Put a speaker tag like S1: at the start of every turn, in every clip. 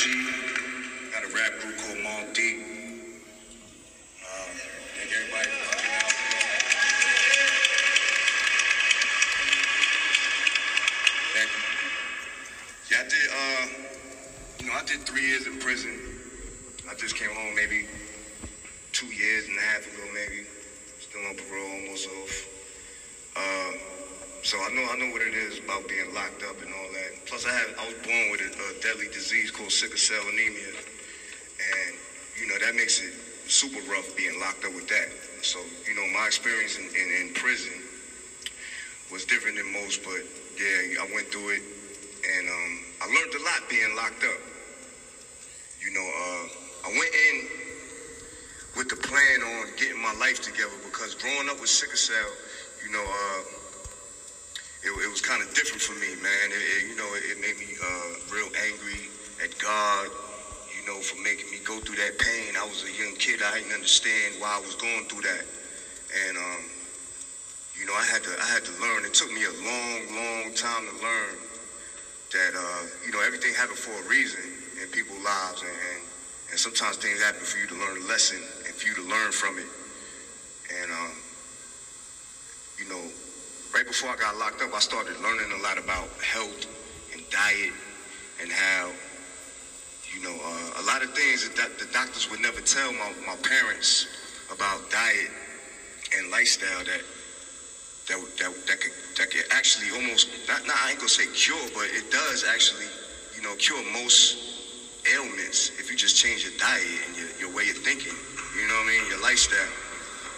S1: Got a rap group called Mom Deep. Um, thank everybody for coming out. Thank you. Yeah, I did. Uh, you know, I did three years in prison. I just came home maybe two years and a half ago, maybe. Still on parole, almost off. Uh, so I know I know what it is about being locked up and all that. Plus, I had I was born with a, a deadly disease called sickle cell anemia, and you know that makes it super rough being locked up with that. So you know my experience in, in, in prison was different than most, but yeah, I went through it, and um, I learned a lot being locked up. You know, uh, I went in with the plan on getting my life together because growing up with sickle cell, you know. Uh, it, it was kind of different for me, man. It, it, you know, it, it made me uh, real angry at God, you know, for making me go through that pain. I was a young kid. I didn't understand why I was going through that. And, um, you know, I had to, I had to learn. It took me a long, long time to learn that, uh, you know, everything happened for a reason in people's lives. And, and, and sometimes things happen for you to learn a lesson and for you to learn from it. And, um, you know, right before I got locked up, I started learning a lot about health and diet and how, you know, uh, a lot of things that doc- the doctors would never tell my, my parents about diet and lifestyle that that would- that, would- that could that could actually almost not, not I ain't gonna say cure, but it does actually, you know, cure most ailments if you just change your diet and your, your way of thinking. You know what I mean? Your lifestyle.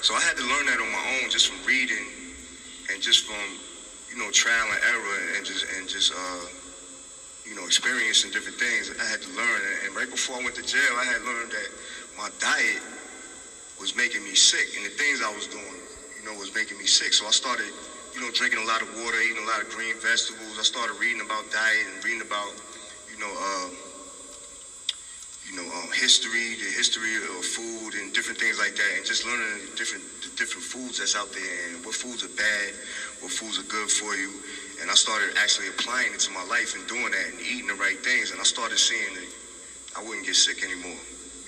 S1: So I had to learn that on my own, just from reading and just from you know trial and error and just and just uh, you know experiencing different things. I had to learn, and right before I went to jail, I had learned that my diet was making me sick, and the things I was doing, you know, was making me sick. So I started, you know, drinking a lot of water, eating a lot of green vegetables. I started reading about diet and reading about, you know, uh, you know, um, history, the history of food and different things like that, and just learning the different the different foods that's out there and what foods are bad, what foods are good for you. And I started actually applying it to my life and doing that and eating the right things. And I started seeing that I wouldn't get sick anymore.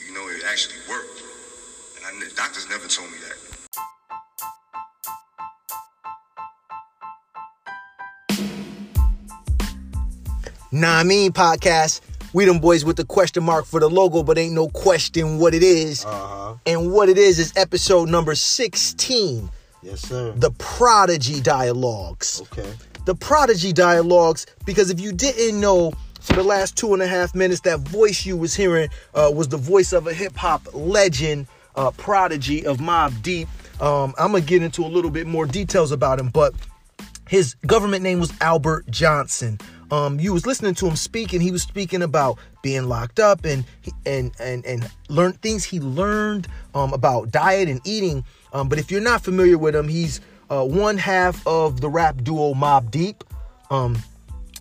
S1: You know, it actually worked. And I, kn- doctors never told me that.
S2: Nah, I mean podcast. We them boys with the question mark for the logo, but ain't no question what it is.
S3: Uh-huh.
S2: And what it is is episode number 16,
S3: Yes, sir.
S2: The Prodigy Dialogues.
S3: Okay.
S2: The Prodigy Dialogues, because if you didn't know, for the last two and a half minutes, that voice you was hearing uh, was the voice of a hip hop legend, uh, Prodigy of Mob Deep. Um, I'm gonna get into a little bit more details about him, but his government name was Albert Johnson. Um, you was listening to him speak, and he was speaking about being locked up and he- and and and learn things he learned um, about diet and eating. Um, but if you're not familiar with him, he's uh, one half of the rap duo Mob Deep. Um,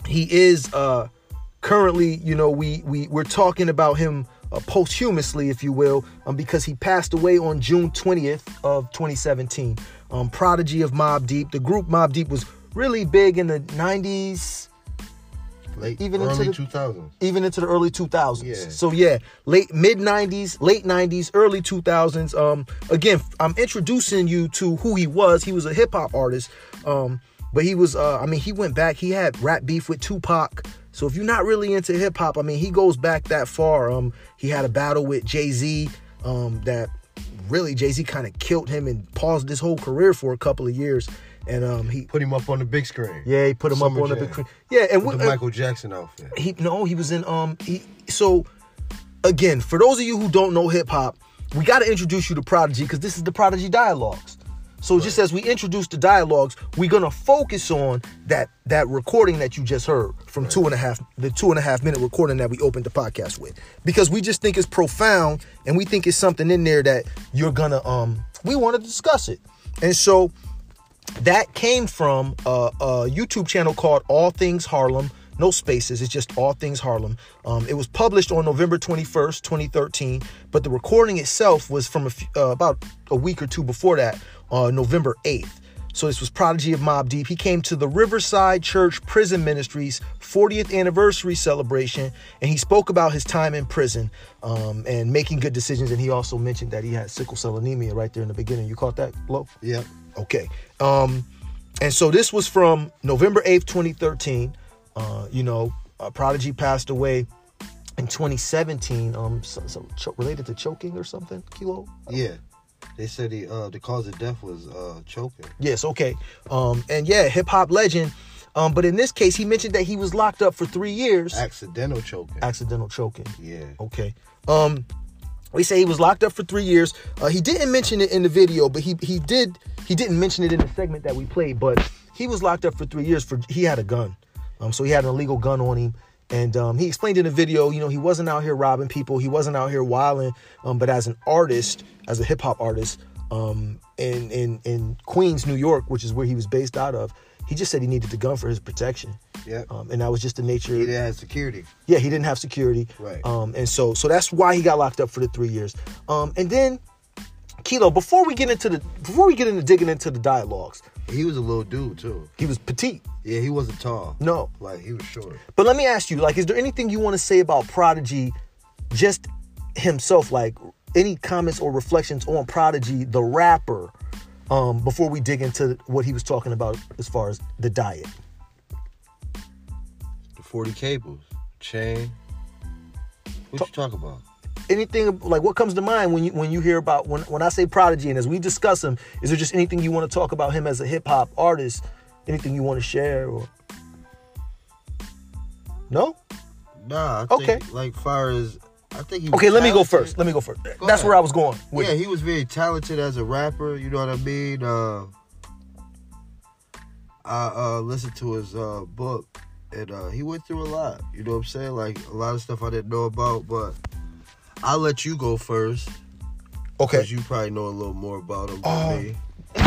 S2: he is uh, currently, you know, we we we're talking about him uh, posthumously, if you will, um, because he passed away on June 20th of 2017. Um, prodigy of Mob Deep. The group Mob Deep was really big in the 90s,
S3: Late
S2: Even into
S3: early
S2: the-
S3: 2000s.
S2: even into the early 2000s.
S3: Yeah.
S2: So yeah, late mid 90s, late 90s, early 2000s. Um, again, I'm introducing you to who he was. He was a hip hop artist. Um, but he was, uh, I mean, he went back. He had rap beef with Tupac. So if you're not really into hip hop, I mean, he goes back that far. Um, he had a battle with Jay Z. Um, that really Jay Z kind of killed him and paused his whole career for a couple of years. And um, he,
S3: Put him up on the big screen.
S2: yeah, he put him
S3: Summer
S2: up on the
S3: Jam.
S2: big screen. Yeah, and
S3: With
S2: what
S3: the Michael Jackson outfit.
S2: he no, he was in um he so again, for those of you who don't know hip hop, we got to introduce you to Prodigy because this is the Prodigy Dialogues. So just as we introduce the dialogues, we're gonna focus on that that recording that you just heard from two and a half the two and a half minute recording that we opened the podcast with because we just think it's profound and we think it's something in there that you're gonna um we want to discuss it and so that came from a, a YouTube channel called All Things Harlem. No spaces. It's just All Things Harlem. Um, it was published on November 21st, 2013, but the recording itself was from a few, uh, about a week or two before that, uh, November 8th. So this was Prodigy of Mob Deep. He came to the Riverside Church Prison Ministries 40th anniversary celebration, and he spoke about his time in prison um, and making good decisions. And he also mentioned that he had sickle cell anemia right there in the beginning. You caught that, Lo?
S3: Yep.
S2: Okay. Um, and so this was from November 8th, 2013. Uh, you know, uh, Prodigy passed away in 2017. Um, so, so cho- related to choking or something, Kilo?
S3: Yeah. They said the uh the cause of death was uh choking.
S2: Yes, okay. Um, and yeah, hip hop legend. Um, but in this case, he mentioned that he was locked up for three years.
S3: Accidental choking.
S2: Accidental choking.
S3: yeah.
S2: Okay. Um, we say he was locked up for three years. Uh, he didn't mention it in the video, but he he did he didn't mention it in the segment that we played. But he was locked up for three years for he had a gun, um, so he had an illegal gun on him. And um, he explained in the video, you know, he wasn't out here robbing people, he wasn't out here wilding, um, but as an artist, as a hip hop artist, um, in in in Queens, New York, which is where he was based out of, he just said he needed the gun for his protection.
S3: Yep.
S2: Um, and that was just the nature.
S3: He didn't have security.
S2: Yeah, he didn't have security.
S3: Right.
S2: Um, and so so that's why he got locked up for the three years. Um, and then Kilo, before we get into the before we get into digging into the dialogues,
S3: He was a little dude too.
S2: he was petite.
S3: Yeah, he wasn't tall.
S2: No.
S3: Like he was short.
S2: But let me ask you, like, is there anything you want to say about Prodigy just himself? Like any comments or reflections on Prodigy, the rapper, um, before we dig into what he was talking about as far as the diet?
S3: The 40 cables. Chain. What you talk about?
S2: Anything like what comes to mind when you when you hear about when when I say prodigy and as we discuss him, is there just anything you want to talk about him as a hip hop artist? Anything you want to share or no?
S3: Nah, I think,
S2: Okay.
S3: like far as I think he was
S2: Okay, let me go
S3: talented.
S2: first. Let me go first.
S3: Go
S2: That's
S3: ahead.
S2: where I was going. With
S3: yeah,
S2: it.
S3: he was very talented as a rapper. You know what I mean? Uh, I uh, listened to his uh, book, and uh, he went through a lot. You know what I'm saying? Like a lot of stuff I didn't know about, but I'll let you go first
S2: okay.
S3: because you probably know a little more about him
S2: Oh.
S3: than me.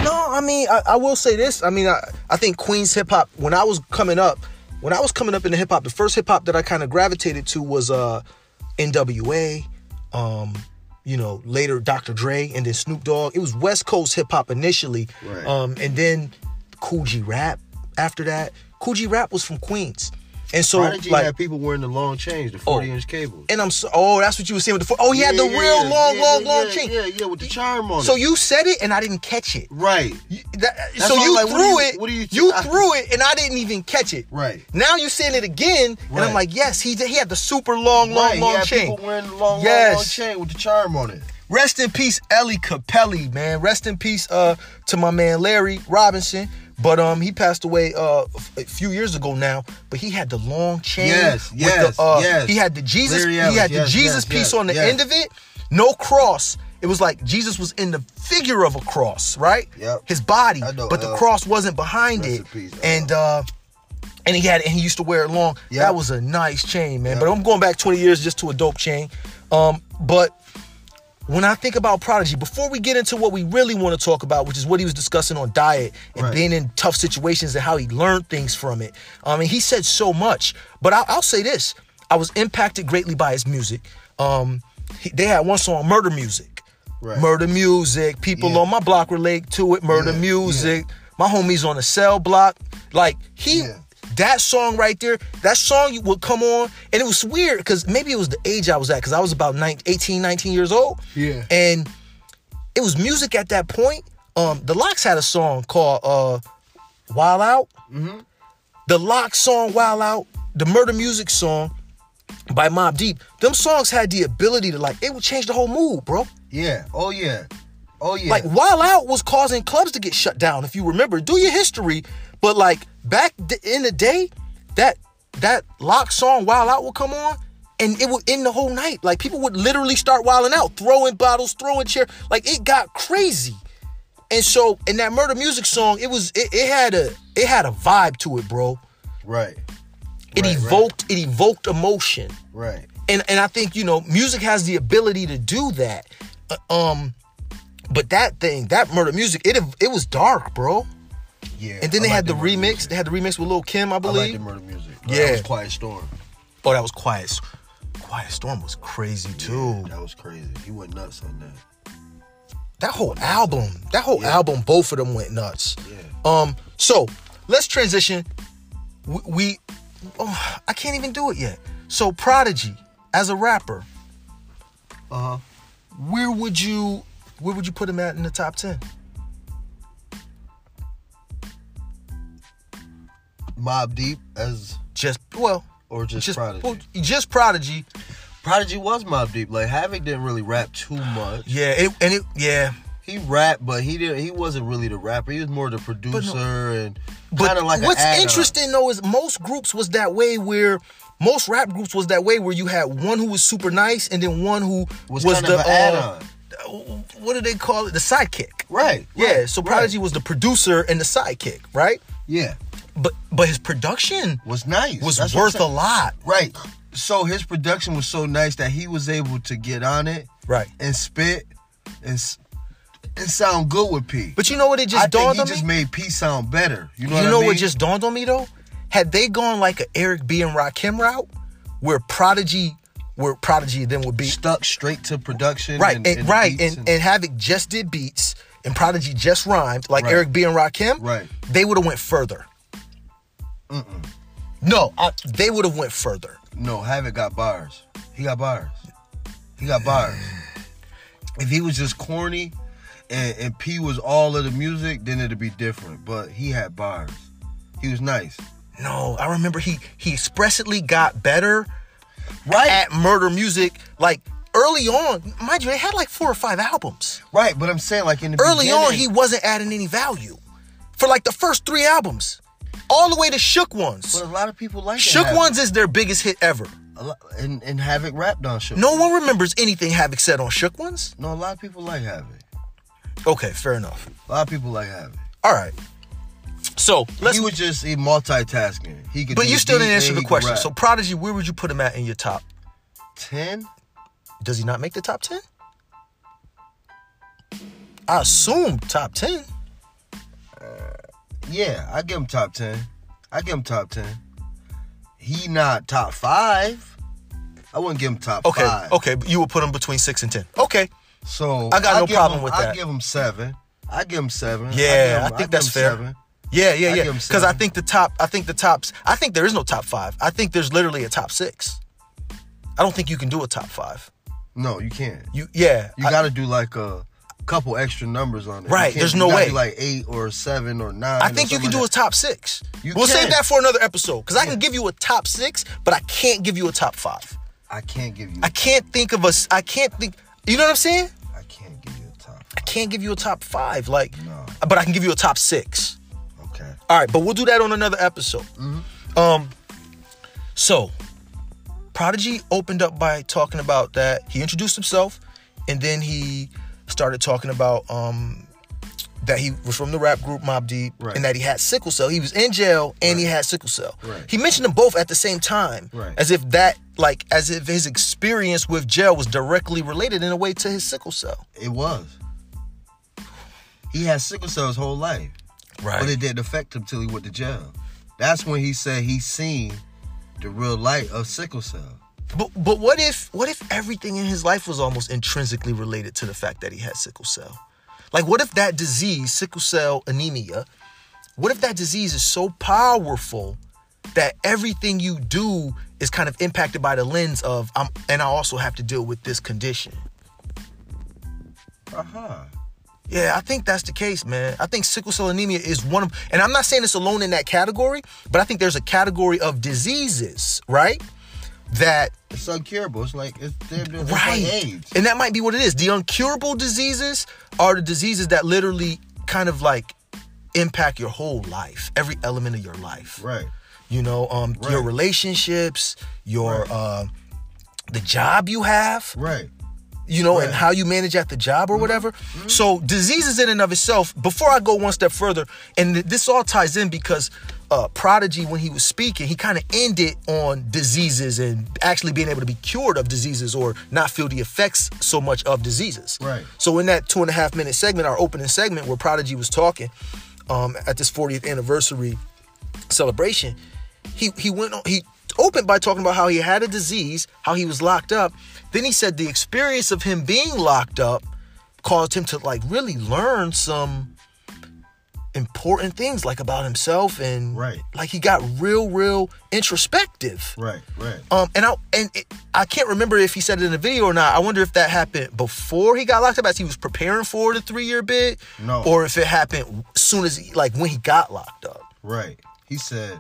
S2: No, I mean, I, I will say this. I mean, I, I think Queens hip hop, when I was coming up, when I was coming up in the hip hop, the first hip hop that I kind of gravitated to was uh NWA, um, you know, later Dr. Dre and then Snoop Dogg. It was West Coast hip hop initially.
S3: Right.
S2: Um, and then Cool G Rap after that. Cool G Rap was from Queens. And so
S3: Prodigy
S2: like
S3: had people wearing the long chains, the 40 inch cables.
S2: and I'm so oh, that's what you were saying with the Oh, he had the
S3: Yeah, yeah,
S2: real
S3: yeah.
S2: long,
S3: Yeah,
S2: long,
S3: yeah,
S2: long
S3: yeah,
S2: chain.
S3: Yeah, yeah, with the charm on
S2: So
S3: it.
S2: you said it and I didn't catch it.
S3: right,
S2: You- that-
S3: That's
S2: so
S3: why I'm
S2: you
S3: like, what
S2: threw
S3: do you-
S2: it.
S3: what do you-
S2: you
S3: I-
S2: threw it, and I didn't even catch it.
S3: right.
S2: Now you saying it again, and I'm
S3: Right.
S2: like, yes, he did- he had the super long, long,
S3: right. he
S2: long
S3: had
S2: chain.
S3: People wearing the long, long, long
S2: Yes.
S3: chain with the charm on it.
S2: Rest in peace, Ellie Capelli, man. Rest in peace, uh, to my man Larry Robinson. But um, he passed away uh f- a few years ago now. But he had the long chain.
S3: Yes, yes,
S2: the, uh,
S3: yes.
S2: He had the Jesus.
S3: Larry
S2: he
S3: Ellis,
S2: had the
S3: yes,
S2: Jesus
S3: yes,
S2: piece
S3: yes,
S2: on the
S3: yes.
S2: end of it. No cross. It was like Jesus was in the figure of a cross, right?
S3: Yep.
S2: His body,
S3: I know,
S2: but the
S3: uh,
S2: cross wasn't behind it.
S3: rest in peace, uh,
S2: and uh, and he had and he used to wear it long.
S3: Yep.
S2: That was a nice chain, man. But I'm going back 20 years just to a dope chain. Um, but when I think about Prodigy, before we get into what we really want to talk about, which is what he was discussing on diet and
S3: Right.
S2: being in tough situations and how he learned things from it, I mean, he said so much. But I, I'll say this I was impacted greatly by his music. Um, he- they had one song, Murder Music.
S3: Right.
S2: Murder Music. People
S3: Yeah.
S2: on my block relate to it, Murder
S3: Yeah, yeah.
S2: Music. My homies on the cell block. Like, he.
S3: Yeah.
S2: That song right there, that song would come on, and it was weird because maybe it was the age I was at because I was about 19, 18, 19 years old.
S3: Yeah.
S2: And it was music at that point. Um, the Locks had a song called uh, Wild Out. Mm-hmm. The Locks song, Wild Out, the Murder Music song by Mob Deep. Them songs had the ability to, like, it would change the whole mood, bro.
S3: Yeah. Oh yeah. Oh yeah.
S2: Like Wild Out was causing clubs to get shut down. If you remember, do your history. But like back th- in the day, that that lock song Wild Out would come on, and it would end the whole night. Like people would literally start wilding out, throwing bottles, throwing chair. Like it got crazy. And so in that murder music song, it was it, it had a it had a vibe to it, bro.
S3: right.
S2: It
S3: Right, right.
S2: evoked it evoked emotion
S3: Right.
S2: and and I think you know music has the ability to do that. Uh, um, but that thing, that murder music, it it was dark, bro.
S3: Yeah.
S2: And then
S3: I
S2: they
S3: like
S2: had the,
S3: murder
S2: remix.
S3: music.
S2: They had the remix with Lil Kim, I
S3: I like
S2: believe.
S3: the murder music.
S2: Yeah.
S3: That was Quiet Storm.
S2: oh, that was Quiet. S- Quiet Storm was crazy too.
S3: That was crazy. He went nuts on that.
S2: that whole album, that whole
S3: Yeah.
S2: album, both of them went nuts.
S3: Yeah.
S2: Um, so let's transition. We, we oh, I can't even do it yet. So Prodigy, as a rapper,
S3: Uh huh.
S2: where would you where would you put him at in the top ten?
S3: Mob Deep as
S2: Just well,
S3: or just,
S2: just
S3: Prodigy.
S2: well, just Prodigy.
S3: Prodigy was Mob Deep. Like Havoc didn't really rap too much.
S2: Yeah, it and it yeah.
S3: He rapped, but he didn't. He wasn't really the rapper. He was more the producer and
S2: But
S3: kind of like. an
S2: what's
S3: add-on.
S2: interesting though is most groups was that way where most rap groups was that way where you had one who was super nice and then one who was,
S3: was, kind
S2: the
S3: of an
S2: uh,
S3: add-on.
S2: what do they call it? The sidekick.
S3: Right.
S2: Yeah,
S3: right,
S2: so
S3: right.
S2: Prodigy was the producer and the sidekick, right?
S3: Yeah,
S2: But but his production
S3: was nice.
S2: was
S3: That's what I'm
S2: worth a
S3: saying.
S2: lot.
S3: Right. So his production was so nice that he was able to get on it
S2: Right.
S3: and spit and s- and sound good with P.
S2: But you know what it just
S3: I think
S2: dawned
S3: he
S2: on
S3: just
S2: me?
S3: made P sound better. You know
S2: you
S3: what
S2: know
S3: I mean?
S2: what just dawned on me though? Had they gone like a Eric B and Rakim route where Prodigy where Prodigy then would be
S3: stuck straight to production.
S2: right,
S3: and,
S2: and,
S3: and the
S2: right,
S3: beats
S2: and, and Havoc just did beats, and Prodigy just rhymed, like
S3: Right.
S2: Eric B and Rakim.
S3: Right.
S2: They would have went further. No, I, they would have went further.
S3: no, Havoc got bars. He got bars. He got bars. if he was just corny, and and P was all of the music, then it'd be different. But he had bars. He was nice.
S2: No, I remember he he expressly got better
S3: Right.
S2: at murder music, like early on. Mind you, they had like four or five albums.
S3: Right, but I'm saying like in the
S2: Early on,
S3: beginning-
S2: he wasn't adding any value for like the first three albums, all the way to Shook Ones.
S3: But a lot of people like
S2: Shook
S3: Havoc.
S2: Ones is their biggest hit ever.
S3: A lot- and and Havoc rapped on Shook.
S2: No one remembers anything Havoc said on Shook Ones.
S3: no, a lot of people like Havoc.
S2: Okay, fair enough.
S3: A lot of people like Havoc.
S2: All right. So let's.
S3: he was just he multitasking. He could.
S2: but
S3: do
S2: you still
S3: beat
S2: didn't answer
S3: and
S2: the
S3: he could
S2: question.
S3: rap.
S2: So Prodigy, where would you put him at in your top?
S3: ten.
S2: Does he not make the top ten? I assume top ten.
S3: Yeah, I give him top ten. I give him top ten. He not top five. I wouldn't give him top
S2: Okay,
S3: five. Mm,
S2: okay. But you would put him between six and ten. Okay.
S3: So
S2: I got no
S3: give
S2: problem
S3: him-
S2: with
S3: I
S2: that.
S3: give him seven. I give him seven.
S2: Yeah,
S3: give him-
S2: I think
S3: give
S2: that's
S3: him
S2: fair.
S3: Seven.
S2: Yeah, yeah,
S3: I
S2: yeah.
S3: give him
S2: Because I
S3: seven.
S2: think the top, I think the tops, I think there is no top five. I think there's literally a top six. I don't think you can do a top five.
S3: No, you can't.
S2: You, yeah,
S3: You
S2: I-
S3: got to do like a couple extra numbers on it. You
S2: Right,
S3: can't-
S2: there's
S3: you
S2: no
S3: gotta
S2: way.
S3: do like eight or seven or nine.
S2: I
S3: or
S2: think you can
S3: something
S2: do a
S3: like
S2: top six.
S3: You
S2: we'll save
S3: can.
S2: that for another episode because I can give you a top six, but I can't give you a top five.
S3: that. I can't give you.
S2: I can't think of a. s- I can't think. You know what I'm saying?
S3: I can't give you a top.
S2: I can't give you a top five, like,
S3: No.
S2: but I can give you a top six.
S3: Okay.
S2: All right, but we'll do that on another episode.
S3: Mm-hmm.
S2: Um, so Prodigy opened up by talking about that he introduced himself, and then he started talking about um that he was from the rap group Mob Deep,
S3: Right.
S2: and that he had sickle cell. He was in jail and he had sickle cell.
S3: Right.
S2: He mentioned them both at the same time,
S3: Right.
S2: as if that like as if his experience with jail was directly related in a way to his sickle cell.
S3: It was. He had sickle cell his whole life, but it didn't affect him till he went to jail. That's when he said he seen the real light of sickle cell.
S2: But but what if what if everything in his life was almost intrinsically related to the fact that he had sickle cell? Like what if that disease, sickle cell anemia, what if that disease is so powerful that everything you do is kind of impacted by the lens of I'm and I also have to deal with this condition.
S3: Uh huh.
S2: Uh-huh. Yeah, I think that's the case, man. I think sickle cell anemia is one of, and I'm not saying it's alone in that category, but I think there's a category of diseases, right? That
S3: It's uncurable. It's like it's, damn near- it's
S2: right
S3: like AIDS.
S2: and that might be what it is the uncurable diseases are the diseases that literally kind of like impact your whole life every element of your life
S3: Right.
S2: you know um your
S3: Right.
S2: relationships your uh the job you have
S3: Right.
S2: you know, and
S3: Right.
S2: how you manage at the job or whatever. So diseases in and of itself. Before I go one step further, and th- this all ties in because uh, Prodigy, when he was speaking, he kind of ended on diseases and actually being able to be cured of diseases or not feel the effects so much of diseases.
S3: Right.
S2: So in that two and a half minute segment, our opening segment where Prodigy was talking um, at this 40th anniversary celebration, he he went on he opened by talking about how he had a disease, how he was locked up. Then he said the experience of him being locked up caused him to like really learn some important things like about himself and
S3: Right.
S2: like he got real real introspective
S3: Right, right.
S2: um, and I and it, I can't remember if he said it in the video or not. I wonder if that happened before he got locked up, as he was preparing for the three year bid,
S3: No.
S2: or if it happened soon as he, like when he got locked up.
S3: Right. He said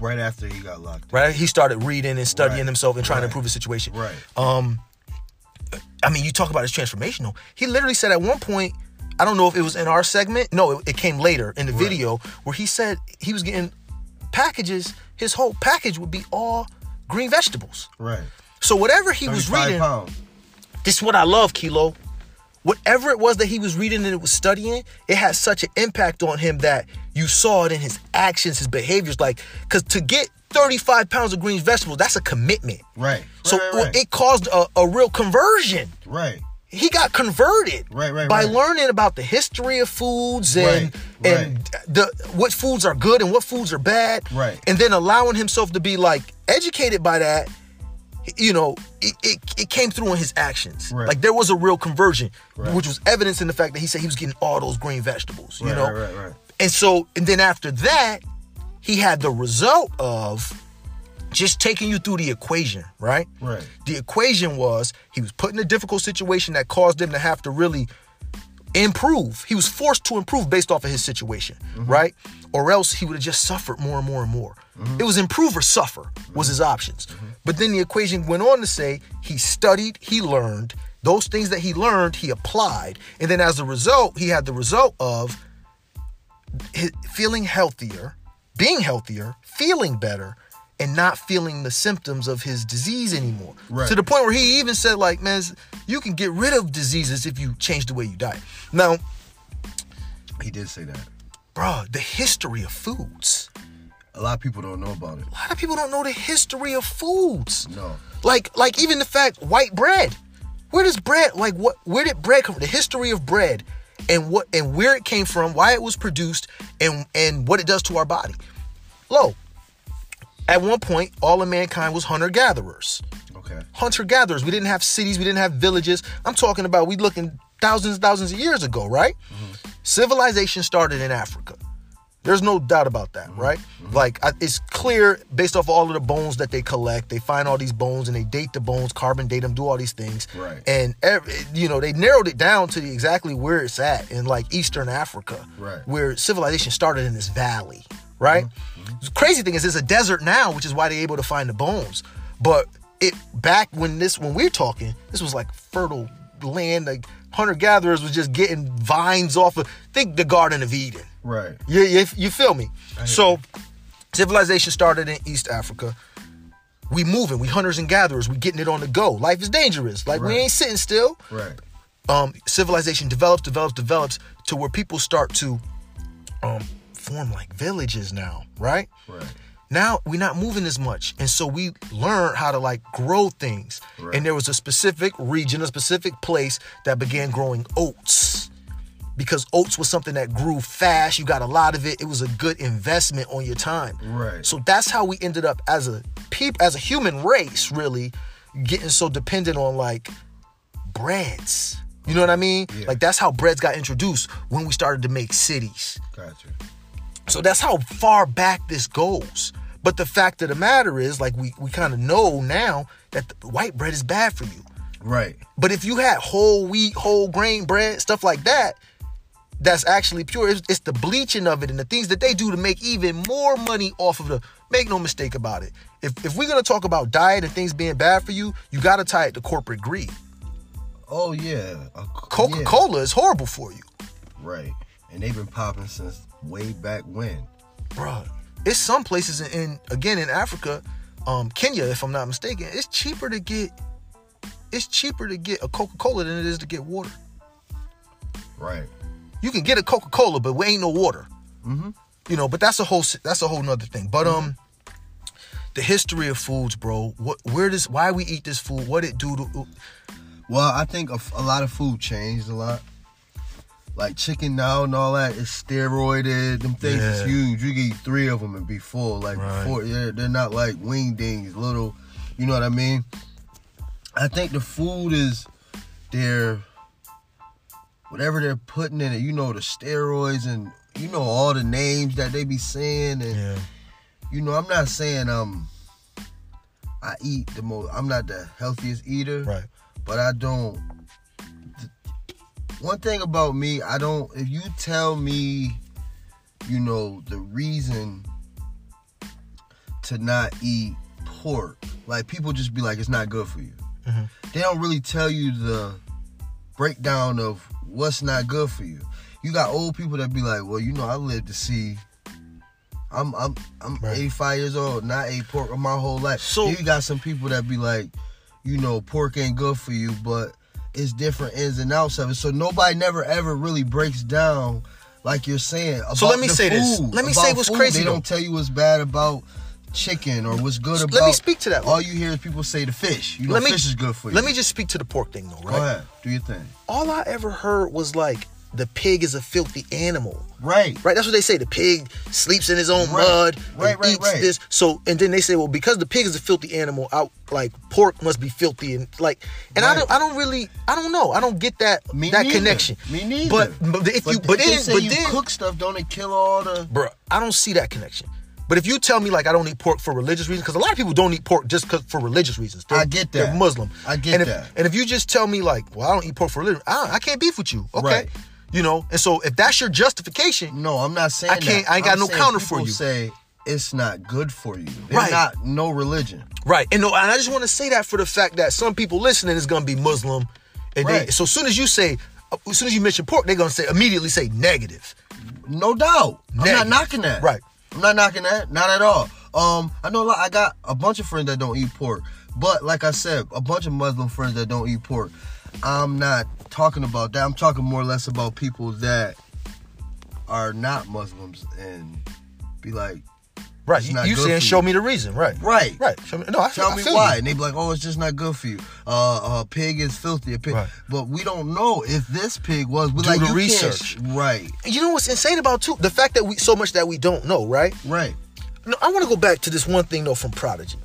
S3: right after he got locked. up.
S2: Right, he started reading and studying
S3: Right.
S2: himself and trying to
S3: Right.
S2: improve his situation.
S3: Right.
S2: Um, I mean, you talk about his transformational. He literally said at one point, I don't know if it was in our segment. No, it, it came later in the video where he said he was getting packages. His whole package would be all green vegetables.
S3: Right.
S2: So whatever he was
S3: 35
S2: reading,
S3: pounds.
S2: this is what I love, Kilo. Whatever it was that he was reading and it was studying, it had such an impact on him that you saw it in his actions, his behaviors. Like, because to get 35 pounds of green vegetables, that's a commitment.
S3: Right.
S2: So oh,
S3: right, right, right.
S2: it caused a, a real conversion.
S3: right.
S2: He got converted
S3: Right, right,
S2: by
S3: right.
S2: learning about the history of foods and
S3: Right,
S2: and the what foods are good and what foods are bad.
S3: Right.
S2: And then allowing himself to be like educated by that, you know, it, it, it came through in his actions.
S3: Right.
S2: Like there was a real conversion,
S3: Right.
S2: which was evidence in the fact that he said he was getting all those green vegetables, you
S3: Right,
S2: know?
S3: right, right, right.
S2: And so, and then after that, he had the result of just taking you through the equation, right?
S3: Right.
S2: The equation was he was put in a difficult situation that caused him to have to really improve. He was forced to improve based off of his situation, right? Or else he would have just suffered more and more and more. It was improve or suffer was his options. But then the equation went on to say he studied, he learned. Those things that he learned, he applied. And then as a result, he had the result of hi- feeling healthier, being healthier, feeling better, and not feeling the symptoms of his disease anymore.
S3: Right.
S2: To the point where he even said, like, man, s- you can get rid of diseases if you change the way you diet. Now,
S3: He did say that.
S2: bruh, the history of foods.
S3: A lot of people don't know about it.
S2: A lot of people don't know the history of foods.
S3: No.
S2: Like, like even the fact white bread. Where does bread like what where did bread come from? The history of bread and what and where it came from, why it was produced, and and what it does to our body. Low. At one point, all of mankind was hunter-gatherers.
S3: Okay.
S2: Hunter-gatherers. We didn't have cities, we didn't have villages. I'm talking about we looking thousands, thousands of years ago, right?
S3: Mm-hmm.
S2: Civilization started in Africa. There's no doubt about
S3: Mm-hmm.
S2: that, right? Like I, it's clear based off all of the bones that they collect. They find all these bones and they date the bones, carbon date them, do all these things.
S3: Right.
S2: And every, you know they narrowed it down to exactly where it's at in like Eastern Africa,
S3: Right.
S2: where civilization started in this valley, right?
S3: Mm-hmm.
S2: The crazy thing is it's a desert now, which is why they're able to find the bones. But it back when this when we're talking, this was like fertile land. Like hunter gatherers was just getting vines off of. Think the Garden of Eden.
S3: Right.
S2: You, you, you feel me?
S3: hear
S2: So, civilization started in East Africa. We moving, we hunters and gatherers, we getting it on the go. Life is dangerous. Like we
S3: Right.
S2: ain't sitting still.
S3: Right.
S2: Um, civilization develops, develops, develops to where people start to um, form like villages now, right?
S3: Right.
S2: now we're not moving as much and so we learned how to like grow things
S3: Right.
S2: and there was a specific region a specific place that began growing oats because oats was something that grew fast you got a lot of it it was a good investment on your time
S3: Right.
S2: so that's how we ended up as a peep as a human race really getting so dependent on like breads you know what i mean
S3: Yeah.
S2: like that's how breads got introduced when we started to make cities
S3: Gotcha.
S2: so that's how far back this goes. But the fact of the matter is, like we, we kind of know now that the white bread is bad for you.
S3: Right.
S2: But if you had whole wheat, whole grain bread, stuff like that, that's actually pure. It's, it's the bleaching of it and the things that they do to make even more money off of the. Make no mistake about it. If if we're gonna talk about diet and things being bad for you, you gotta tie it to corporate greed.
S3: Oh yeah. A-
S2: Coca
S3: yeah.
S2: Cola is horrible for you.
S3: Right. And they've been popping since way back when.
S2: bruh, it's some places in, in again in Africa, um, Kenya, if I'm not mistaken, it's cheaper to get it's cheaper to get a Coca-Cola than it is to get water.
S3: Right.
S2: You can get a Coca-Cola, but we ain't no water.
S3: Mm-hmm.
S2: You know, but that's a whole s- that's a whole nother thing. But um, the history of foods, bro. What where does why we eat this food? What it do to?
S3: Well, I think a, f- a lot of food changed a lot. Like chicken now and all that is steroided. Them things is
S2: Yeah.
S3: huge. You can eat three of them and be full. Like
S2: Right.
S3: four, they're, they're not like wing dings, little. You know what I mean? I think the food is their whatever they're putting in it, you know the steroids and you know all the names that they be saying and
S2: Yeah.
S3: you know I'm not saying um I eat the most I'm not the healthiest eater
S2: Right.
S3: but I don't. One thing about me, I don't. If you tell me, you know, the reason to not eat pork, like people just be like, it's not good for you.
S2: Mhm.
S3: They don't really tell you the breakdown of what's not good for you. You got old people that be like, well, you know, I live to see. I'm I'm I'm
S2: Right.
S3: 85 years old, not ate pork in my whole life.
S2: So-
S3: So you got some people that be like, you know, pork ain't good for you, but it's different ins and outs of it. So nobody never ever really breaks down, like you're saying. About
S2: So let me
S3: the
S2: say this.
S3: food,
S2: Let me
S3: about
S2: say what's
S3: food.
S2: crazy,
S3: They
S2: though.
S3: don't tell you what's bad about chicken or what's good
S2: Let
S3: about.
S2: me speak to that one.
S3: All you hear is people say the fish. You know,
S2: Let me-
S3: fish is good for you.
S2: Let me just speak to the pork thing though,
S3: go
S2: right?
S3: ahead. Do your thing.
S2: All I ever heard was like the pig is a filthy animal.
S3: Right.
S2: Right, that's what they say. The pig sleeps in his own
S3: Right.
S2: mud,
S3: Right,
S2: and
S3: right,
S2: eats
S3: right.
S2: this. So, and then they say, well, because the pig is a filthy animal, I, like pork must be filthy, and like, and I
S3: Right.
S2: don't, I don't really, I don't know, I don't get that
S3: Me
S2: that
S3: neither.
S2: connection.
S3: Me neither.
S2: But, but if you, but
S3: they
S2: then,
S3: say
S2: but
S3: you
S2: then,
S3: cook stuff, don't it kill all the?
S2: bruh, I don't see that connection. But if you tell me like I don't eat pork for religious reasons, because a lot of people don't eat pork just 'cause- for religious reasons. They're,
S3: I get that.
S2: They're Muslim.
S3: I get
S2: and if,
S3: that.
S2: And if you just tell me like, well, I don't eat pork for religion, I, I can't beef with you. Okay.
S3: Right.
S2: You know, and so if that's your justification,
S3: No, I'm not saying
S2: I can't-
S3: That.
S2: I ain't got
S3: I'm
S2: no
S3: saying
S2: counter for
S3: people
S2: you.
S3: Say it's not good for you. They're
S2: Right.
S3: Not no religion.
S2: right? And no, and I just want to say that for the fact that some people listening is gonna be Muslim, and they,
S3: Right.
S2: so as soon as you say, as soon as you mention pork, they're gonna say immediately say negative.
S3: No doubt.
S2: Negative.
S3: I'm not knocking that.
S2: Right.
S3: I'm not knocking that. Not at all. Um, I know a lot, I got a bunch of friends that don't eat pork, but like I said, a bunch of Muslim friends that don't eat pork. I'm not talking about that. I'm talking more or less about people that are not Muslims and be like,
S2: Right.
S3: It's
S2: You,
S3: not
S2: you
S3: good
S2: saying
S3: for
S2: show
S3: you.
S2: me the reason, right?
S3: right,
S2: Right. Show me, no, I,
S3: Tell
S2: I
S3: me
S2: feel
S3: why.
S2: you.
S3: And they be like, oh, it's just not good for you. Uh, a pig is filthy. A pig.
S2: Right.
S3: But we don't know if this pig was. But
S2: Do
S3: like,
S2: the
S3: you
S2: research.
S3: Can't, right,
S2: You know what's insane about too the fact that we so much that we don't know, right?
S3: right.
S2: No, I want to go back to this one thing though from Prodigy.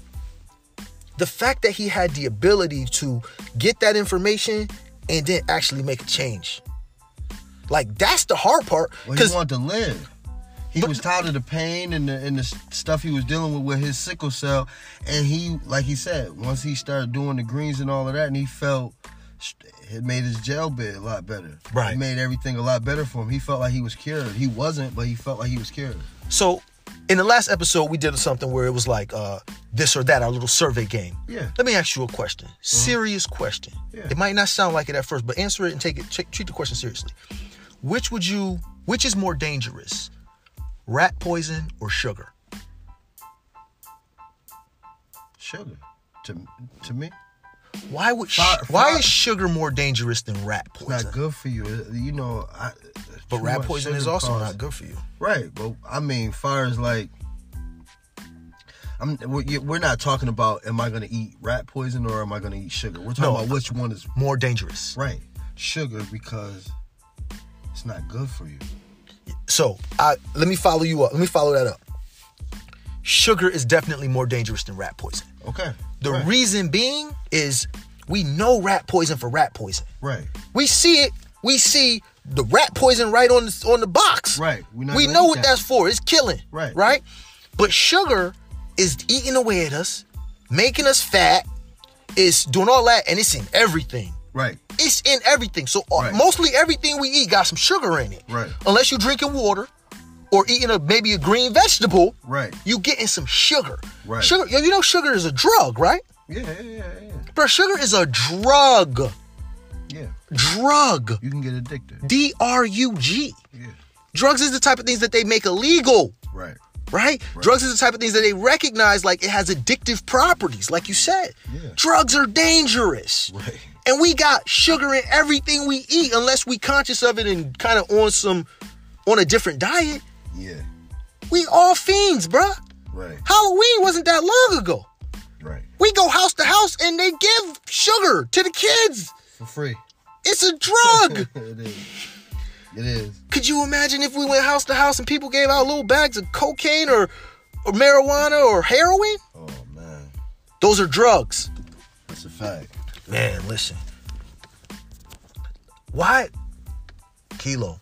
S2: The fact that he had the ability to get that information and then actually make a change. Like that's the hard part
S3: Well, he
S2: because
S3: wanted to live. He
S2: But-
S3: was tired of the pain and the, and the stuff he was dealing with with his sickle cell, and he, like he said, once he started doing the greens and all of that, and he felt st- it made his jail bed a lot better.
S2: Right.
S3: it made everything a lot better for him. He felt like he was cured. He wasn't, but he felt like he was cured.
S2: so in the last episode we did something where it was like uh this or that our little survey game.
S3: Yeah. Uh-huh.
S2: Let me ask you a question. Serious question.
S3: Yeah.
S2: It might not sound like it at first, but answer it and take it tre- treat the question seriously. Which would you which is more dangerous? Rat poison or sugar?
S3: Sugar, to to me.
S2: Why would sh-
S3: Fire-
S2: why
S3: fire-
S2: is sugar more dangerous than rat
S3: not
S2: poison?
S3: good for you. It- You know, I,
S2: But
S3: too
S2: rat
S3: much
S2: poison is
S3: sugar
S2: also
S3: causes-
S2: not good for you.
S3: Right, but I mean, far as like, I'm we're, you- we're not talking about am I gonna eat rat poison or am I gonna eat sugar? We're talking
S2: No.
S3: about which one is
S2: More dangerous.
S3: right. Sugar because it's not good for you.
S2: So I let me follow you up. Let me follow that up. Sugar is definitely more dangerous than rat poison.
S3: Okay.
S2: The
S3: right.
S2: reason being is we know rat poison for rat poison.
S3: right.
S2: We see it. We see the rat poison right on the, on the box.
S3: Right. We're not
S2: We
S3: gonna
S2: know
S3: eat
S2: what
S3: that.
S2: that's for. It's killing.
S3: Right.
S2: Right. But sugar is eating away at us, making us fat. It's doing all that, and it's in everything.
S3: Right.
S2: It's in everything. So uh,
S3: Right.
S2: mostly everything we eat got some sugar in it.
S3: Right.
S2: Unless you're drinking water or eating a maybe a green vegetable.
S3: Right.
S2: You getting some sugar.
S3: Right.
S2: Sugar. yo, You know sugar is a drug, right?
S3: Yeah, yeah, yeah, yeah.
S2: Bro, sugar is a drug.
S3: Yeah.
S2: Drug.
S3: You can get addicted.
S2: D R U G.
S3: Yeah.
S2: Drugs is the type of things that they make illegal,
S3: Right.
S2: right? Drugs is the type of things that they recognize like it has addictive properties, like you said.
S3: Yeah.
S2: Drugs are dangerous.
S3: Right.
S2: And we got sugar in everything we eat unless we conscious of it and kind of on some on a different diet.
S3: Yeah.
S2: We all fiends, bruh.
S3: Right.
S2: Halloween wasn't that long ago.
S3: Right.
S2: We go house to house and they give sugar to the kids.
S3: For free.
S2: It's a drug.
S3: it is. It is.
S2: Could you imagine if we went house to house and people gave out little bags of cocaine or, or marijuana or heroin?
S3: Oh man,
S2: Those are drugs.
S3: that's a fact.
S2: Man, listen. Why, Kilo?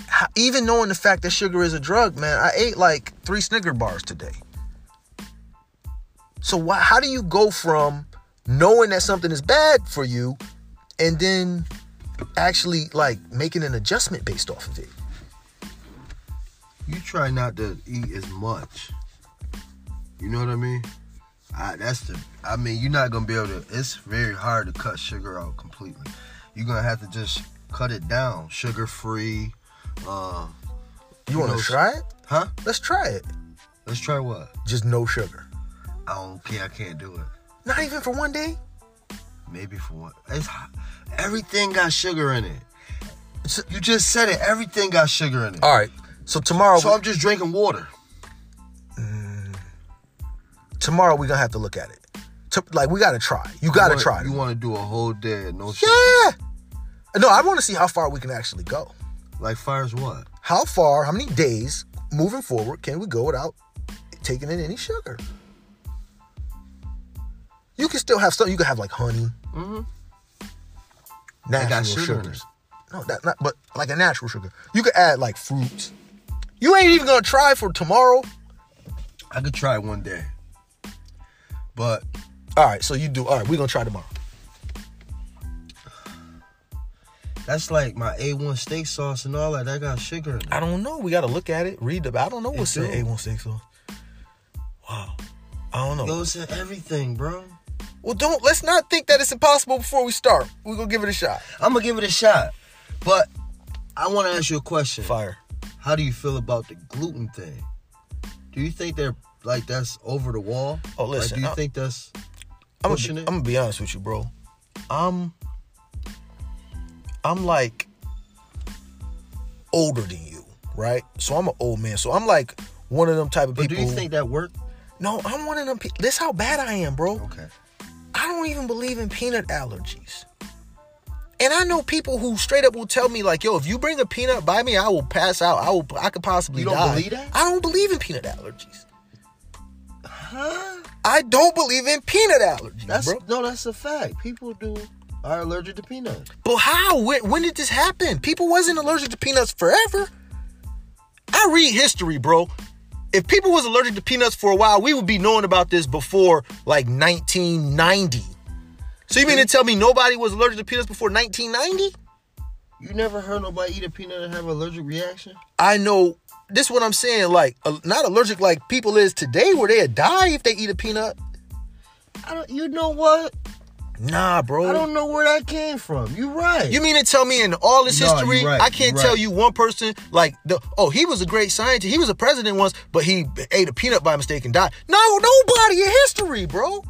S2: H- even knowing the fact that sugar is a drug, man, I ate like three Snicker bars today. So why, how do you go from knowing that something is bad for you, and then actually like making an adjustment based off of it?
S3: You try not to eat as much. You know what I mean? I, that's the. I mean, you're not gonna be able to. It's very hard to cut sugar out completely. You're gonna have to just cut it down, sugar free. Uh,
S2: You want
S3: know,
S2: to try it?
S3: Huh?
S2: Let's try it.
S3: Let's try what?
S2: Just no sugar.
S3: I don't care. I can't do it.
S2: Not even for one day.
S3: Maybe for what? It's hot. everything got sugar in it.
S2: So-
S3: You just said it. Everything got sugar in it.
S2: All right. So tomorrow,
S3: So I'm just drinking water.
S2: tomorrow we're gonna have to look at it. To- like we gotta try. You gotta
S3: You wanna-
S2: try. it.
S3: You want to do a whole day of no sugar?
S2: yeah. No, I want to see how far we can actually go.
S3: Like fires what?
S2: How far? How many days moving forward can we go without taking in any sugar? You can still have some. You can have like honey. Mm-hmm.
S3: It
S2: Natural
S3: got sugar in it.
S2: sugars. No, that not. But like a natural sugar, you could add like fruits. You ain't even gonna try for tomorrow.
S3: I could try one day. But
S2: All right, so you do. All right, we're gonna try tomorrow.
S3: that's like my A1 steak sauce and all that. That got sugar in it.
S2: I don't know. We gotta look at it, read the. I don't know what's
S3: do.
S2: in A one six sauce. Wow, I don't know.
S3: goes in everything, bro.
S2: Well, don't let's not think that it's impossible before we start. We're gonna give it a shot.
S3: I'm gonna give it a shot. But I want to ask you a question.
S2: Fire.
S3: How do you feel about the gluten thing? Do you think they're like that's over the wall?
S2: Oh,
S3: Like,
S2: listen,
S3: do you
S2: I-
S3: think that's
S2: I'm gonna,
S3: Pushing
S2: be,
S3: it.
S2: I'm gonna be honest with you, bro. I'm I'm like older than you, right? So I'm an old man. So I'm like one of them type of
S3: But
S2: people.
S3: do you think that worked?
S2: no, I'm one of them. Pe- this how bad I am, bro.
S3: Okay.
S2: I don't even believe in peanut allergies. And I know people who straight up will tell me like, "Yo, if you bring a peanut by me, I will pass out. I will. I could possibly
S3: You don't
S2: die."
S3: believe that?
S2: I don't believe in peanut allergies.
S3: Huh?
S2: I don't believe in peanut allergies,
S3: That's
S2: bro.
S3: no, that's a fact. People do are allergic to peanuts.
S2: But how? When, when did this happen? People wasn't allergic to peanuts forever. I read history, bro. If people was allergic to peanuts for a while, we would be knowing about this before like 1990. So you mean to tell me nobody was allergic to peanuts before 1990?
S3: You never heard nobody eat a peanut and have an allergic reaction?
S2: I know this is what I'm saying. Like, uh, not allergic like people is today, where they'd die if they eat a peanut.
S3: I don't. You know what?
S2: Nah, bro.
S3: I don't know where that came from. You right.
S2: You mean to tell me in all this
S3: No,
S2: history,
S3: you right,
S2: I can't
S3: you
S2: tell
S3: right.
S2: you one person like the oh he was a great scientist, he was a president once, but he ate a peanut by mistake and died. No, nobody in history, bro.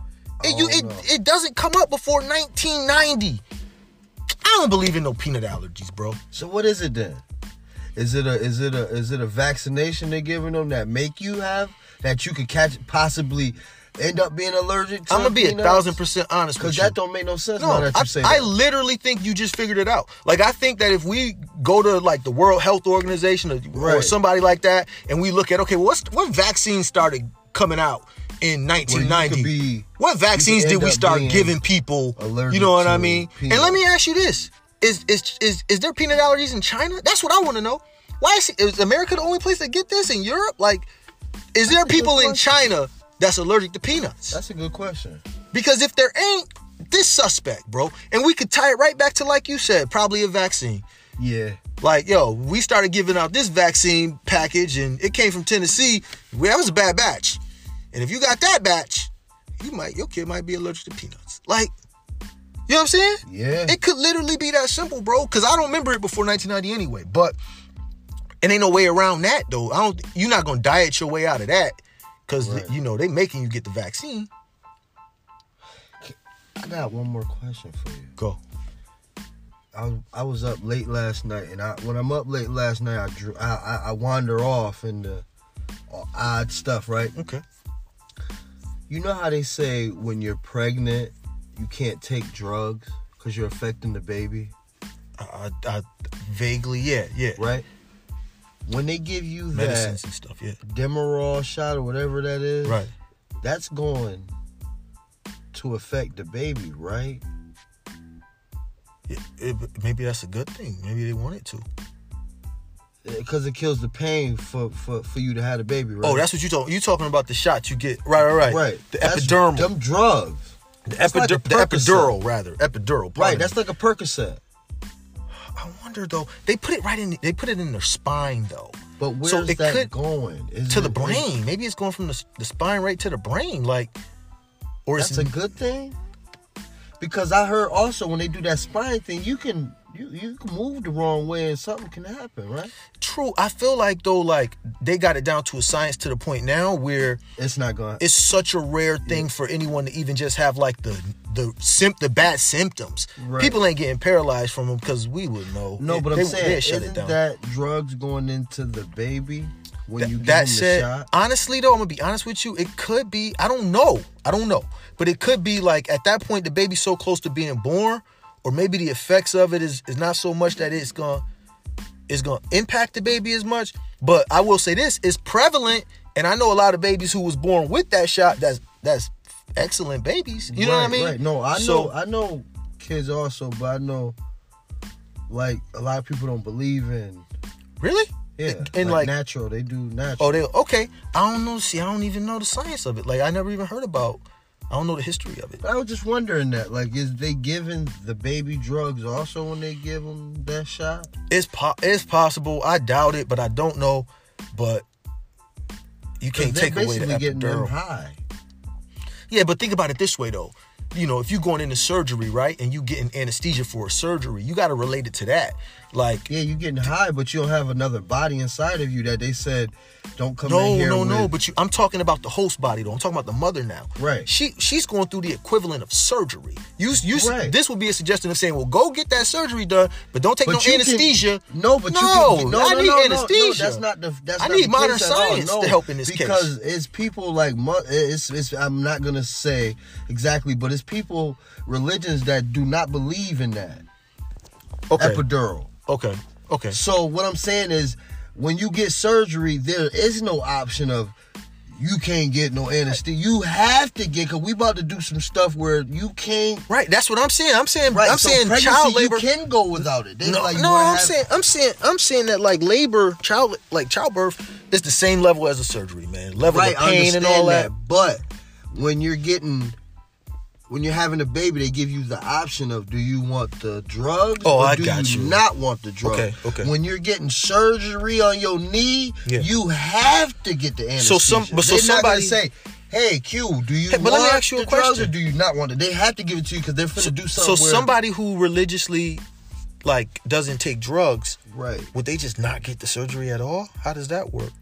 S2: It, you,
S3: Oh,
S2: it,
S3: no.
S2: it doesn't come up before 1990. I don't believe in no peanut allergies, bro.
S3: so what is it then? Is it a is it a is it a vaccination they're giving them that make you have that you could catch possibly end up being allergic to?
S2: I'm gonna be a thousand percent honest with
S3: because
S2: you.
S3: that don't make no sense.
S2: No,
S3: now that you
S2: I,
S3: say
S2: I
S3: that.
S2: literally think you just figured it out. Like I think that if we go to like the World Health Organization or, or
S3: Right.
S2: somebody like that, and we look at okay, what's what vaccine started coming out in
S3: could
S2: 1990?
S3: be-
S2: what vaccines
S3: you could
S2: did
S3: end
S2: we
S3: up
S2: start
S3: being
S2: giving people? You
S3: allergic
S2: know what I
S3: to
S2: mean? And let
S3: peanuts.
S2: me ask you this: is is is is there peanut allergies in China? That's what I want to know. Why is, is America the only place that get this? In Europe, like, is there
S3: a good
S2: people in
S3: question.
S2: China that's allergic to peanuts?
S3: That's a good question.
S2: Because if there ain't this suspect, bro, and we could tie it right back to like you said, probably a vaccine.
S3: Yeah.
S2: Like, yo, we started giving out this vaccine package and it came from Tennessee. Well, that was a bad batch. And if you got that batch, you might your kid might be allergic to peanuts. Like, you know what I'm saying?
S3: Yeah.
S2: It could literally be that simple, bro. Cause I don't remember it before 1990 anyway. But it ain't no way around that though. I don't you're not gonna diet your way out of that. Cause
S3: Right.
S2: you know, they making you get the vaccine.
S3: I got one more question for you.
S2: Go.
S3: I was, I was up late last night, and I when I'm up late last night, I drew, I, I, I wander off into odd stuff, right?
S2: Okay.
S3: You know how they say when you're pregnant, you can't take drugs because you're affecting the baby,
S2: I, I vaguely, yeah, yeah.
S3: right? When they give you that
S2: Medicines and stuff, yeah.
S3: Demerol shot or whatever that is,
S2: Right.
S3: That's going to affect the baby, right?
S2: it, it- maybe that's a good thing. Maybe they want it to.
S3: Because Eh, it kills the pain for, for, for you to have a baby, right?
S2: Oh, that's what you talking. You talking about the shots you get? Right, right, right.
S3: right.
S2: The
S3: That's-
S2: epidermal,
S3: Them drugs.
S2: the,
S3: that's like
S2: epidur-
S3: a
S2: the
S3: Percocet.
S2: epidural, rather epidural.
S3: Right,
S2: pardon
S3: that's like a Percocet.
S2: me. I wonder though. They put it right in. They put it in their spine though.
S3: But where's
S2: So it
S3: that
S2: could-
S3: going? Is
S2: to the
S3: it-
S2: brain. Maybe it's going from the, the spine right to the brain, like, or it's
S3: That's a good thing. Because I heard also when they do that spine thing, you can you, you can move the wrong way and something can happen, right?
S2: true. I feel like though, like they got it down to a science to the point now where
S3: It's not going.
S2: it's such a rare thing for anyone to even just have like the the sim the bad symptoms.
S3: Right.
S2: People ain't getting paralyzed from them because we would know.
S3: no, but
S2: They-
S3: I'm
S2: they-
S3: saying
S2: they'd shut
S3: isn't
S2: it down.
S3: that drugs going into the baby when
S2: Th-
S3: you give
S2: that
S3: him
S2: said,
S3: the shot?
S2: honestly though, I'm gonna be honest with you. It could be. I don't know. I don't know. But it could be like at that point the baby's so close to being born, or maybe the effects of it is is not so much that it's gonna it's gonna impact the baby as much. But I will say this: it's prevalent, and I know a lot of babies who was born with that shot. That's that's excellent babies. You know what I
S3: Right,
S2: mean?
S3: Right. No, I
S2: So-
S3: know I know kids also, but I know like a lot of people don't believe in
S2: Really?
S3: yeah,
S2: And like,
S3: like, natural. They do natural.
S2: oh, they okay. I don't know. See, I don't even know the science of it. Like, I never even heard about. I don't know the history of it.
S3: I was just wondering that, like, is they giving the baby drugs also when they give them that shot?
S2: It's po- it's possible. I doubt it, but I don't know. But you
S3: 'Cause
S2: can't
S3: they
S2: take away the
S3: basically getting them
S2: epidural.
S3: high.
S2: Yeah, but think about it this way though. You know, if you going into surgery, right, and you getting anesthesia for a surgery, you got to relate it to that. Like,
S3: Yeah, you getting high, but you don't have another body inside of you that they said don't come in
S2: no,
S3: here.
S2: no, no.
S3: with."
S2: But you, I'm talking about the host body though. I'm talking about the mother now.
S3: Right.
S2: She she's going through the equivalent of surgery. You you
S3: Right.
S2: this would be a suggestion of saying, well, go get that surgery done, but don't take
S3: But
S2: no
S3: you can-
S2: anesthesia.
S3: no, but
S2: no,
S3: you can, no,
S2: I
S3: no,
S2: need
S3: no, no,
S2: anesthesia.
S3: No, that's not the. That's
S2: I
S3: not
S2: need
S3: the
S2: modern
S3: case at all,
S2: science
S3: no,
S2: to help in this case.
S3: because it's people like mu- it's, it's. I'm not gonna say exactly, but it's people religions that do not believe in that
S2: Okay.
S3: epidural.
S2: okay. Okay.
S3: So what I'm saying is, when you get surgery, there is no option of you can't get no anesthesia. You have to get because we about to do some stuff where you can't.
S2: Right, that's what I'm saying. I'm saying
S3: Right,
S2: I'm
S3: so
S2: saying
S3: pregnancy,
S2: child labor.
S3: You can go without it. They
S2: no,
S3: like, you
S2: no
S3: wanna
S2: I'm
S3: have-
S2: saying I'm saying I'm saying that like labor, child like childbirth is the same level as a surgery, man. Level
S3: right.
S2: of
S3: I
S2: pain and
S3: understand
S2: all
S3: that.
S2: that.
S3: but when you're getting. When you're having a baby, they give you the option of do you want the drugs
S2: Oh,
S3: or
S2: I
S3: do
S2: got you.
S3: not want the drug?
S2: Okay, okay.
S3: When you're getting surgery on your knee,
S2: Yeah.
S3: you have to get the anesthesia.
S2: So some- but so
S3: They're not gonna
S2: somebody-
S3: say, "Hey, Q, do you
S2: Hey, but
S3: want
S2: let me ask you a
S3: the drugs or
S2: question.
S3: do you not want it?" They have to give it to you because they're finna
S2: So,
S3: do
S2: so
S3: something. where-
S2: somebody who religiously like doesn't take drugs,
S3: right?
S2: would they just not get the surgery at all? How does that work?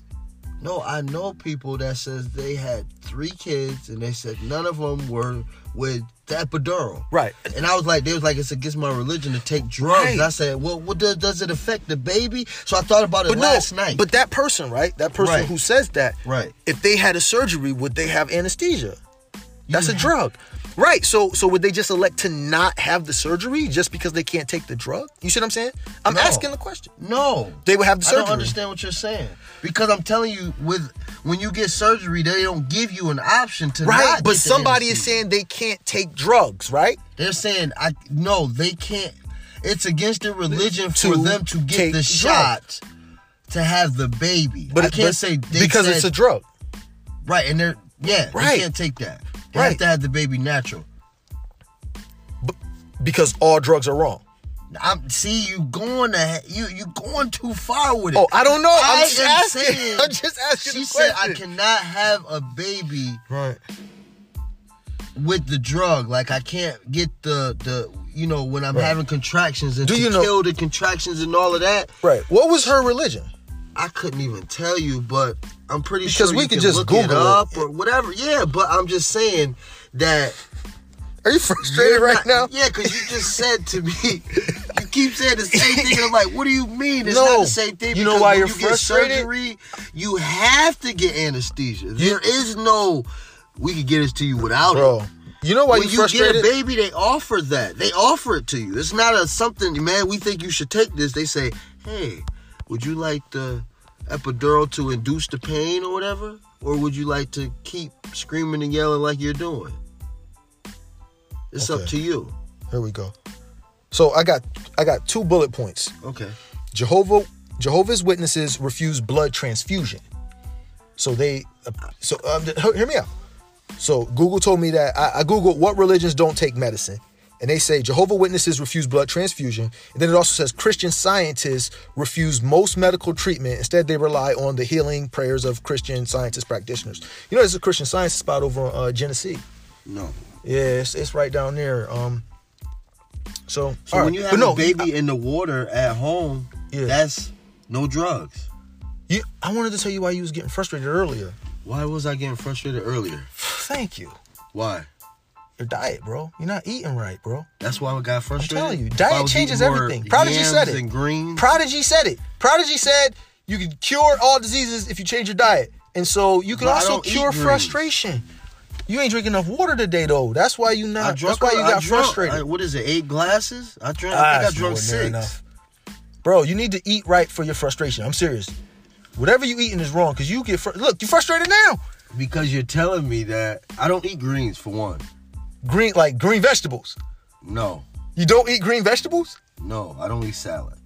S3: No, I know people that says they had three kids and they said none of them were with the epidural.
S2: Right.
S3: And I was like, they was like, it's against my religion to take drugs.
S2: Right.
S3: And I said, well, what does, does it affect the baby? So I thought about it
S2: But
S3: last
S2: no,
S3: night.
S2: but that person, right? That person
S3: Right.
S2: who says that,
S3: Right.
S2: If they had a surgery, would they have anesthesia? That's a
S3: have-
S2: drug. Right. So so would they just elect to not have the surgery just because they can't take the drug? You see what I'm saying? I'm
S3: No.
S2: asking the question.
S3: no,
S2: They would have the
S3: I
S2: surgery.
S3: don't understand what you're saying because I'm telling you, with when you get surgery, they don't give you an option to
S2: Right.
S3: not
S2: But
S3: get the
S2: somebody is
S3: anesthesia.
S2: saying they can't take drugs, right?
S3: They're saying I no, they can't. It's against their religion for
S2: To
S3: them to get
S2: take
S3: the
S2: drugs.
S3: shot to have the baby. But I
S2: it-
S3: can't
S2: but-
S3: say they
S2: because it's a
S3: said-
S2: drug.
S3: right, and they're yeah, right.
S2: Right.
S3: They can't take that. They have
S2: Right.
S3: to have the baby natural.
S2: Because all drugs are wrong.
S3: I'm see you going to you you going too far with it.
S2: Oh, I don't know. I'm
S3: I
S2: just
S3: am
S2: asking.
S3: saying-
S2: I'm just asking
S3: she
S2: the
S3: said I
S2: question.
S3: cannot have a baby
S2: Right.
S3: with the drug. Like I can't get the the you know when I'm
S2: Right.
S3: having contractions and
S2: Do
S3: to
S2: you know-
S3: kill the contractions and all of that.
S2: Right. What was her religion?
S3: I couldn't even tell you, but I'm pretty
S2: Because
S3: sure
S2: we
S3: you
S2: could
S3: can
S2: just
S3: look it
S2: Google it.
S3: up or whatever. Yeah, but I'm just saying that
S2: Are you frustrated
S3: you're
S2: right
S3: not-
S2: now?
S3: Yeah, because you just said to me, you keep saying the same thing, and I'm like, what do you mean? It's
S2: No.
S3: not the same thing.
S2: You know
S3: because
S2: why
S3: when
S2: you're
S3: you
S2: frustrated?
S3: Get surgery, you have to get anesthesia. There is no. We could get this to you without
S2: Bro.
S3: it.
S2: You know why
S3: when
S2: you
S3: you
S2: frustrated?
S3: get a baby, they offer that. They offer it to you. It's not a something, man. We think you should take this. They say, hey, would you like the epidural to induce the pain or whatever, or would you like to keep screaming and yelling like you're doing? It's up
S2: Okay.
S3: to you.
S2: Here we go. So I got I got two bullet points.
S3: Okay.
S2: Jehovah Jehovah's Witnesses refuse blood transfusion. So they so um, he- hear me out. So Google told me that I, I googled what religions don't take medicine, and they say Jehovah Witnesses refuse blood transfusion, and then it also says Christian scientists refuse most medical treatment. Instead, they rely on the healing prayers of Christian scientist practitioners. You know, there's a Christian science spot over on uh, Genesee.
S3: No.
S2: Yeah, it's, it's right down there. Um, so
S3: So
S2: all right.
S3: when you
S2: But
S3: have
S2: no,
S3: a baby in the water at home,
S2: Yeah.
S3: that's no drugs.
S2: You, I wanted to tell you why you was getting frustrated earlier.
S3: Why was I getting frustrated earlier?
S2: Thank you.
S3: Why?
S2: Your diet, bro. You're not eating right, bro.
S3: That's why I got frustrated.
S2: telling you,
S3: If I
S2: diet
S3: was
S2: changes
S3: eating more
S2: everything. Prodigy
S3: yams
S2: said it.
S3: And green.
S2: Prodigy said it. Prodigy said you can cure all diseases if you change your diet. And so you can
S3: But I
S2: also
S3: don't eat
S2: cure
S3: greens.
S2: frustration. You ain't drinking enough water today though. That's why you
S3: I
S2: not
S3: drunk.
S2: that's why you
S3: I
S2: got
S3: drunk-
S2: frustrated.
S3: I- what is it? Eight glasses? I drank.
S2: Ah,
S3: I think
S2: that's
S3: I drunk
S2: nowhere near
S3: six.
S2: enough. Bro, you need to eat right for your frustration. I'm serious. Whatever you eating is wrong because you get fr- look. You frustrated now.
S3: Because you're telling me that I don't eat greens for one.
S2: Green like green vegetables.
S3: No,
S2: You don't eat green vegetables.
S3: no, I don't eat salad.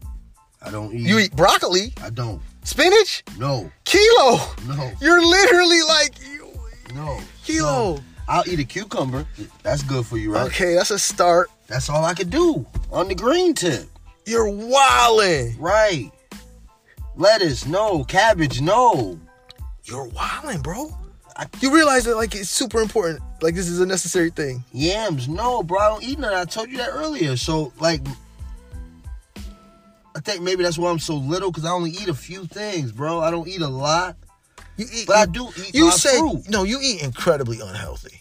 S3: I don't eat.
S2: You eat broccoli,
S3: I don't.
S2: spinach,
S3: No,
S2: kilo.
S3: no,
S2: You're literally like you-
S3: no.
S2: kilo.
S3: I'll eat a cucumber. That's good for you, right?
S2: Okay, that's a start.
S3: That's all I could do on the green tip.
S2: You're wildin'.
S3: Right. Lettuce, no. Cabbage, no.
S2: You're wildin', bro.
S3: I-
S2: You realize that like it's super important. Like this is a necessary thing.
S3: Yams, no, bro. I don't eat none. I told you that earlier. So, like, I think maybe that's why I'm so little because I only eat a few things, bro. I don't eat a lot,
S2: You eat.
S3: but I do eat.
S2: you
S3: my
S2: say
S3: fruit.
S2: no. You eat incredibly unhealthy.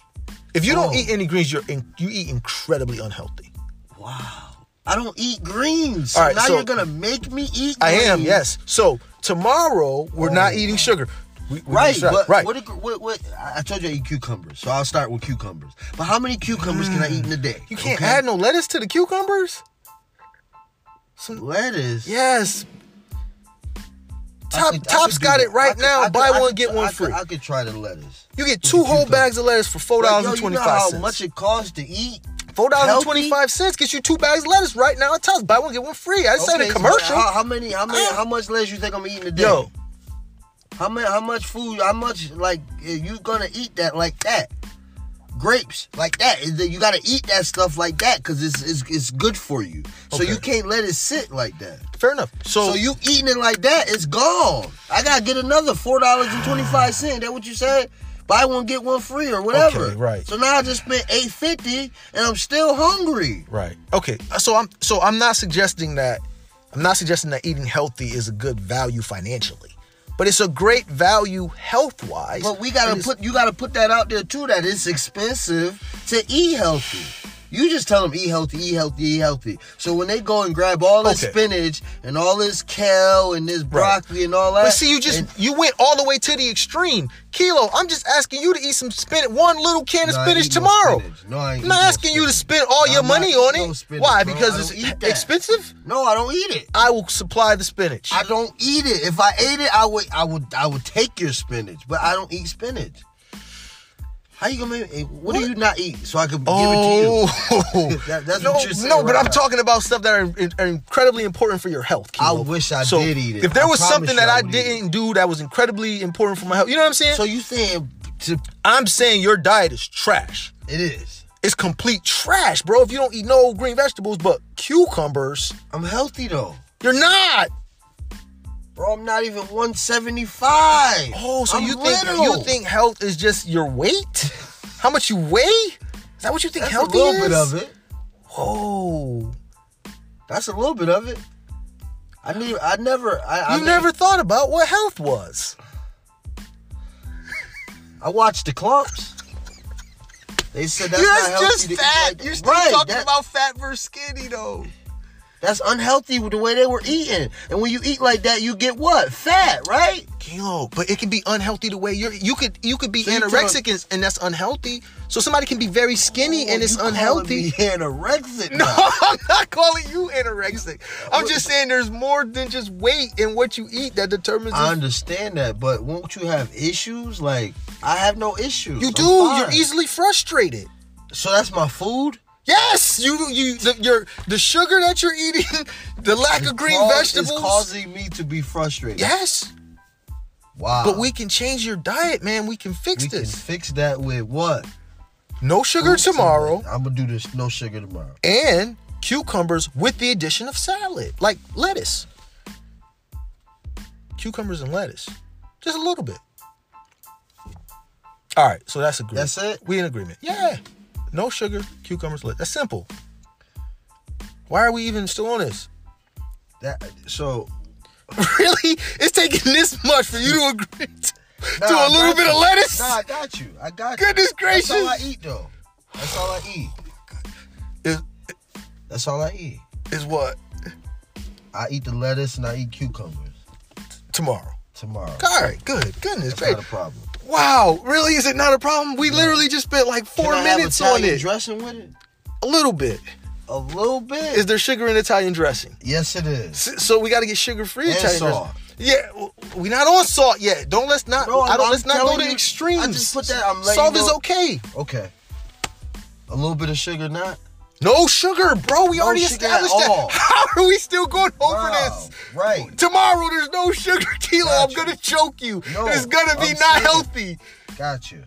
S2: If you
S3: Oh.
S2: don't eat any greens, you're in, you eat incredibly unhealthy.
S3: Wow. I don't eat greens.
S2: All right,
S3: now
S2: so-
S3: you're gonna make me eat. Greens.
S2: I am yes. So tomorrow we're not eating sugar. We, we're
S3: Right,
S2: gonna
S3: but
S2: start- right.
S3: What, a- what, what? I I told you I eat cucumbers, so I'll start with cucumbers. But how many cucumbers can I eat in a day?
S2: you can't add no lettuce to the cucumbers. Some,
S3: lettuce.
S2: yes.
S3: I
S2: Top
S3: could- I
S2: Top's
S3: could do
S2: got
S3: that.
S2: it right
S3: I could-
S2: now.
S3: I could-
S2: Buy
S3: I
S2: one
S3: could-
S2: get
S3: I
S2: one
S3: could-
S2: free.
S3: I could try the lettuce.
S2: You get
S3: With
S2: two
S3: the
S2: whole
S3: cucumber.
S2: bags of lettuce for four
S3: Like,
S2: dollars
S3: yo,
S2: and
S3: you
S2: twenty
S3: know
S2: five
S3: how
S2: cents.
S3: much it costs to eat?
S2: Four dollars and
S3: healthy?
S2: twenty five cents gets you two bags of lettuce right now. It tells buy one get one free. I said
S3: Okay,
S2: a
S3: so
S2: commercial.
S3: how, how many? How many?
S2: Uh.
S3: How much lettuce you think I'm eating today?
S2: Yo,
S3: How many? How much food? How much? Like if you gonna eat that like that? Grapes like that. Is that- You gotta eat that stuff like that because it's, it's it's good for you. So
S2: Okay.
S3: you can't let it sit like that.
S2: fair enough. So,
S3: So you eating it like that, it's gone. I gotta get another four dollars and twenty five cent. That what you said? Buy one get one free or whatever.
S2: Okay, right.
S3: So now I just spent eight fifty and I'm still hungry.
S2: right. Okay. So I'm so I'm not suggesting that I'm not suggesting that eating healthy is a good value financially. But it's a great value health wise.
S3: But we gotta put you gotta put that out there too that it's expensive to eat healthy. You just tell them eat healthy, eat healthy, eat healthy. So when they go and grab all this
S2: Okay.
S3: spinach and all this kale and this broccoli and all that,
S2: But see, you just
S3: and-
S2: you went all the way to the extreme. Kilo, I'm just asking you to eat some spinach, one little can of
S3: No, I
S2: spinach
S3: ain't no
S2: tomorrow.
S3: spinach. No, I ain't
S2: I'm not
S3: eat no
S2: asking you to
S3: spinach.
S2: spend all
S3: No,
S2: your
S3: I'm not
S2: money on
S3: eating
S2: it.
S3: no spinach,
S2: Why?
S3: bro. I
S2: Because
S3: don't eat
S2: it's
S3: that.
S2: expensive.
S3: no, I don't eat it.
S2: I will supply the spinach.
S3: I don't eat it. If I ate it, I would, I would, I would take your spinach, but I don't eat spinach. How you gonna make? eh, What, do you not eat so I can give
S2: Oh.
S3: it to you? That- that's
S2: no,
S3: what you're saying.
S2: no, but
S3: right
S2: I'm
S3: now.
S2: talking about stuff that are, in- are incredibly important for your health.
S3: I
S2: Kilo.
S3: wish I
S2: So,
S3: did eat it.
S2: If there
S3: I
S2: was
S3: promise
S2: something
S3: you
S2: that
S3: I
S2: I
S3: would eat it.
S2: didn't do that was incredibly important for my health, you know what I'm saying?
S3: So you saying to
S2: I'm saying your diet is trash.
S3: it is?
S2: It's complete trash, bro. If you don't eat no green vegetables but cucumbers,
S3: I'm healthy though,
S2: you're not.
S3: bro. I'm not even 175.
S2: Oh, so
S3: I'm
S2: you think
S3: little.
S2: you think health is just your weight? How much you weigh? Is that what you think
S3: that's a
S2: healthy
S3: little
S2: is?
S3: bit of it?
S2: Whoa.
S3: That's a little bit of it. I need. I never. I, I
S2: You
S3: mean,
S2: never thought about what health was.
S3: I watched the clumps. They said that's
S2: You're
S3: not healthy. to eat like that. Right, that-
S2: about fat versus skinny, though.
S3: That's unhealthy with the way they were eating. And when you eat like that, you get what? Fat, right?
S2: Kilo, but it can be unhealthy the way you're. You could you could be
S3: So you
S2: anorexic and, and that's unhealthy. So somebody can be very skinny and it's
S3: You calling me
S2: unhealthy.
S3: Anorexic.
S2: No,
S3: now.
S2: I'm not calling you anorexic. I'm just saying there's more than just weight and what you eat that determines.
S3: I
S2: if-
S3: understand that, but won't you have issues? Like I have no issues.
S2: you
S3: I'm
S2: do. You're
S3: fine.
S2: easily frustrated.
S3: So that's my food.
S2: Yes, you you the, your the sugar that you're eating, the lack of green
S3: Cause-
S2: vegetables.
S3: It's causing me to be frustrated.
S2: yes,
S3: Wow.
S2: but we can change your diet, man. We can fix
S3: we can
S2: this.
S3: fix that with what?
S2: No sugar tomorrow
S3: I'm gonna do this no sugar tomorrow.
S2: and cucumbers with the addition of salad, like lettuce. Cucumbers and lettuce. Just a little bit. All right, so that's agreement.
S3: That's it?
S2: We in agreement. Yeah. No sugar, cucumbers, lettuce. That's simple. Why are we even still on this?
S3: That so
S2: really? It's taking this much for you to agree to,
S3: Nah,
S2: to
S3: I
S2: a little
S3: got
S2: bit
S3: you.
S2: of lettuce?
S3: Nah, I got you. I got you.
S2: Goodness gracious.
S3: That's all I eat though. That's all I eat.
S2: Is,
S3: That's all I eat.
S2: is what?
S3: I eat the lettuce and I eat cucumbers
S2: Tomorrow.
S3: tomorrow.
S2: All right, good. Goodness
S3: That's
S2: gracious.
S3: not a problem.
S2: Wow, really? Is it not a problem? We literally just spent like four
S3: Can I have
S2: minutes on
S3: Italian
S2: it.
S3: Dressing with it?
S2: a little bit.
S3: A little bit.
S2: Is there sugar in Italian dressing?
S3: yes, it is.
S2: S- So we got to get sugar-free
S3: And
S2: Italian
S3: salt.
S2: dressing. Yeah, w- we not on salt yet. Don't let's not.
S3: No,
S2: I don't.
S3: I'm
S2: let's not go
S3: telling
S2: to
S3: you, I
S2: extremes.
S3: just put that- I'm letting
S2: salt
S3: you
S2: is
S3: know.
S2: okay.
S3: Okay. A little bit of sugar, not
S2: No sugar, bro. We
S3: No
S2: already
S3: sugar at
S2: established that.
S3: all.
S2: How are we still going over
S3: Wow,
S2: this?
S3: right.
S2: Tomorrow there's no sugar kilo.
S3: Got
S2: I'm
S3: you.
S2: gonna choke you.
S3: No,
S2: it's gonna be
S3: I'm
S2: not
S3: serious.
S2: healthy.
S3: Got you.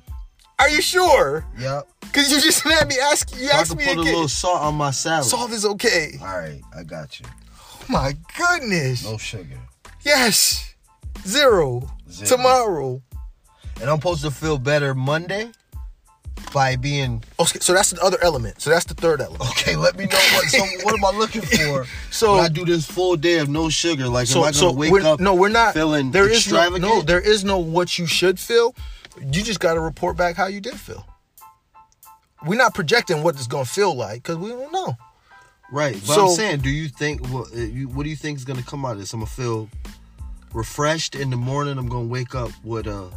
S2: Are you sure?
S3: Yep.
S2: Cause you just had me ask. You
S3: I
S2: asked
S3: can
S2: me
S3: put a
S2: again.
S3: little salt on my salad.
S2: Salt is okay.
S3: All right, I got you.
S2: My goodness.
S3: No sugar.
S2: Yes. Zero.
S3: Zero.
S2: Tomorrow.
S3: And I'm supposed to feel better Monday by being
S2: Okay, Oh, so that's the other element. So that's the third element.
S3: okay. Let me know what. So what am I looking for?
S2: So-
S3: when Oh. I do this full day of no sugar. Like,
S2: So,
S3: am I gonna
S2: so
S3: wake
S2: we're,
S3: up?
S2: no, we're not.
S3: feeling
S2: there is no,
S3: extravagant.
S2: no, there is no what you should feel. You just got to report back how you did feel. We're not projecting what it's gonna feel like because we don't know.
S3: right. But
S2: so-
S3: I'm saying, do you think what uh, you, what do you think is gonna come out of this? I'm gonna feel refreshed in the morning. I'm gonna wake up with a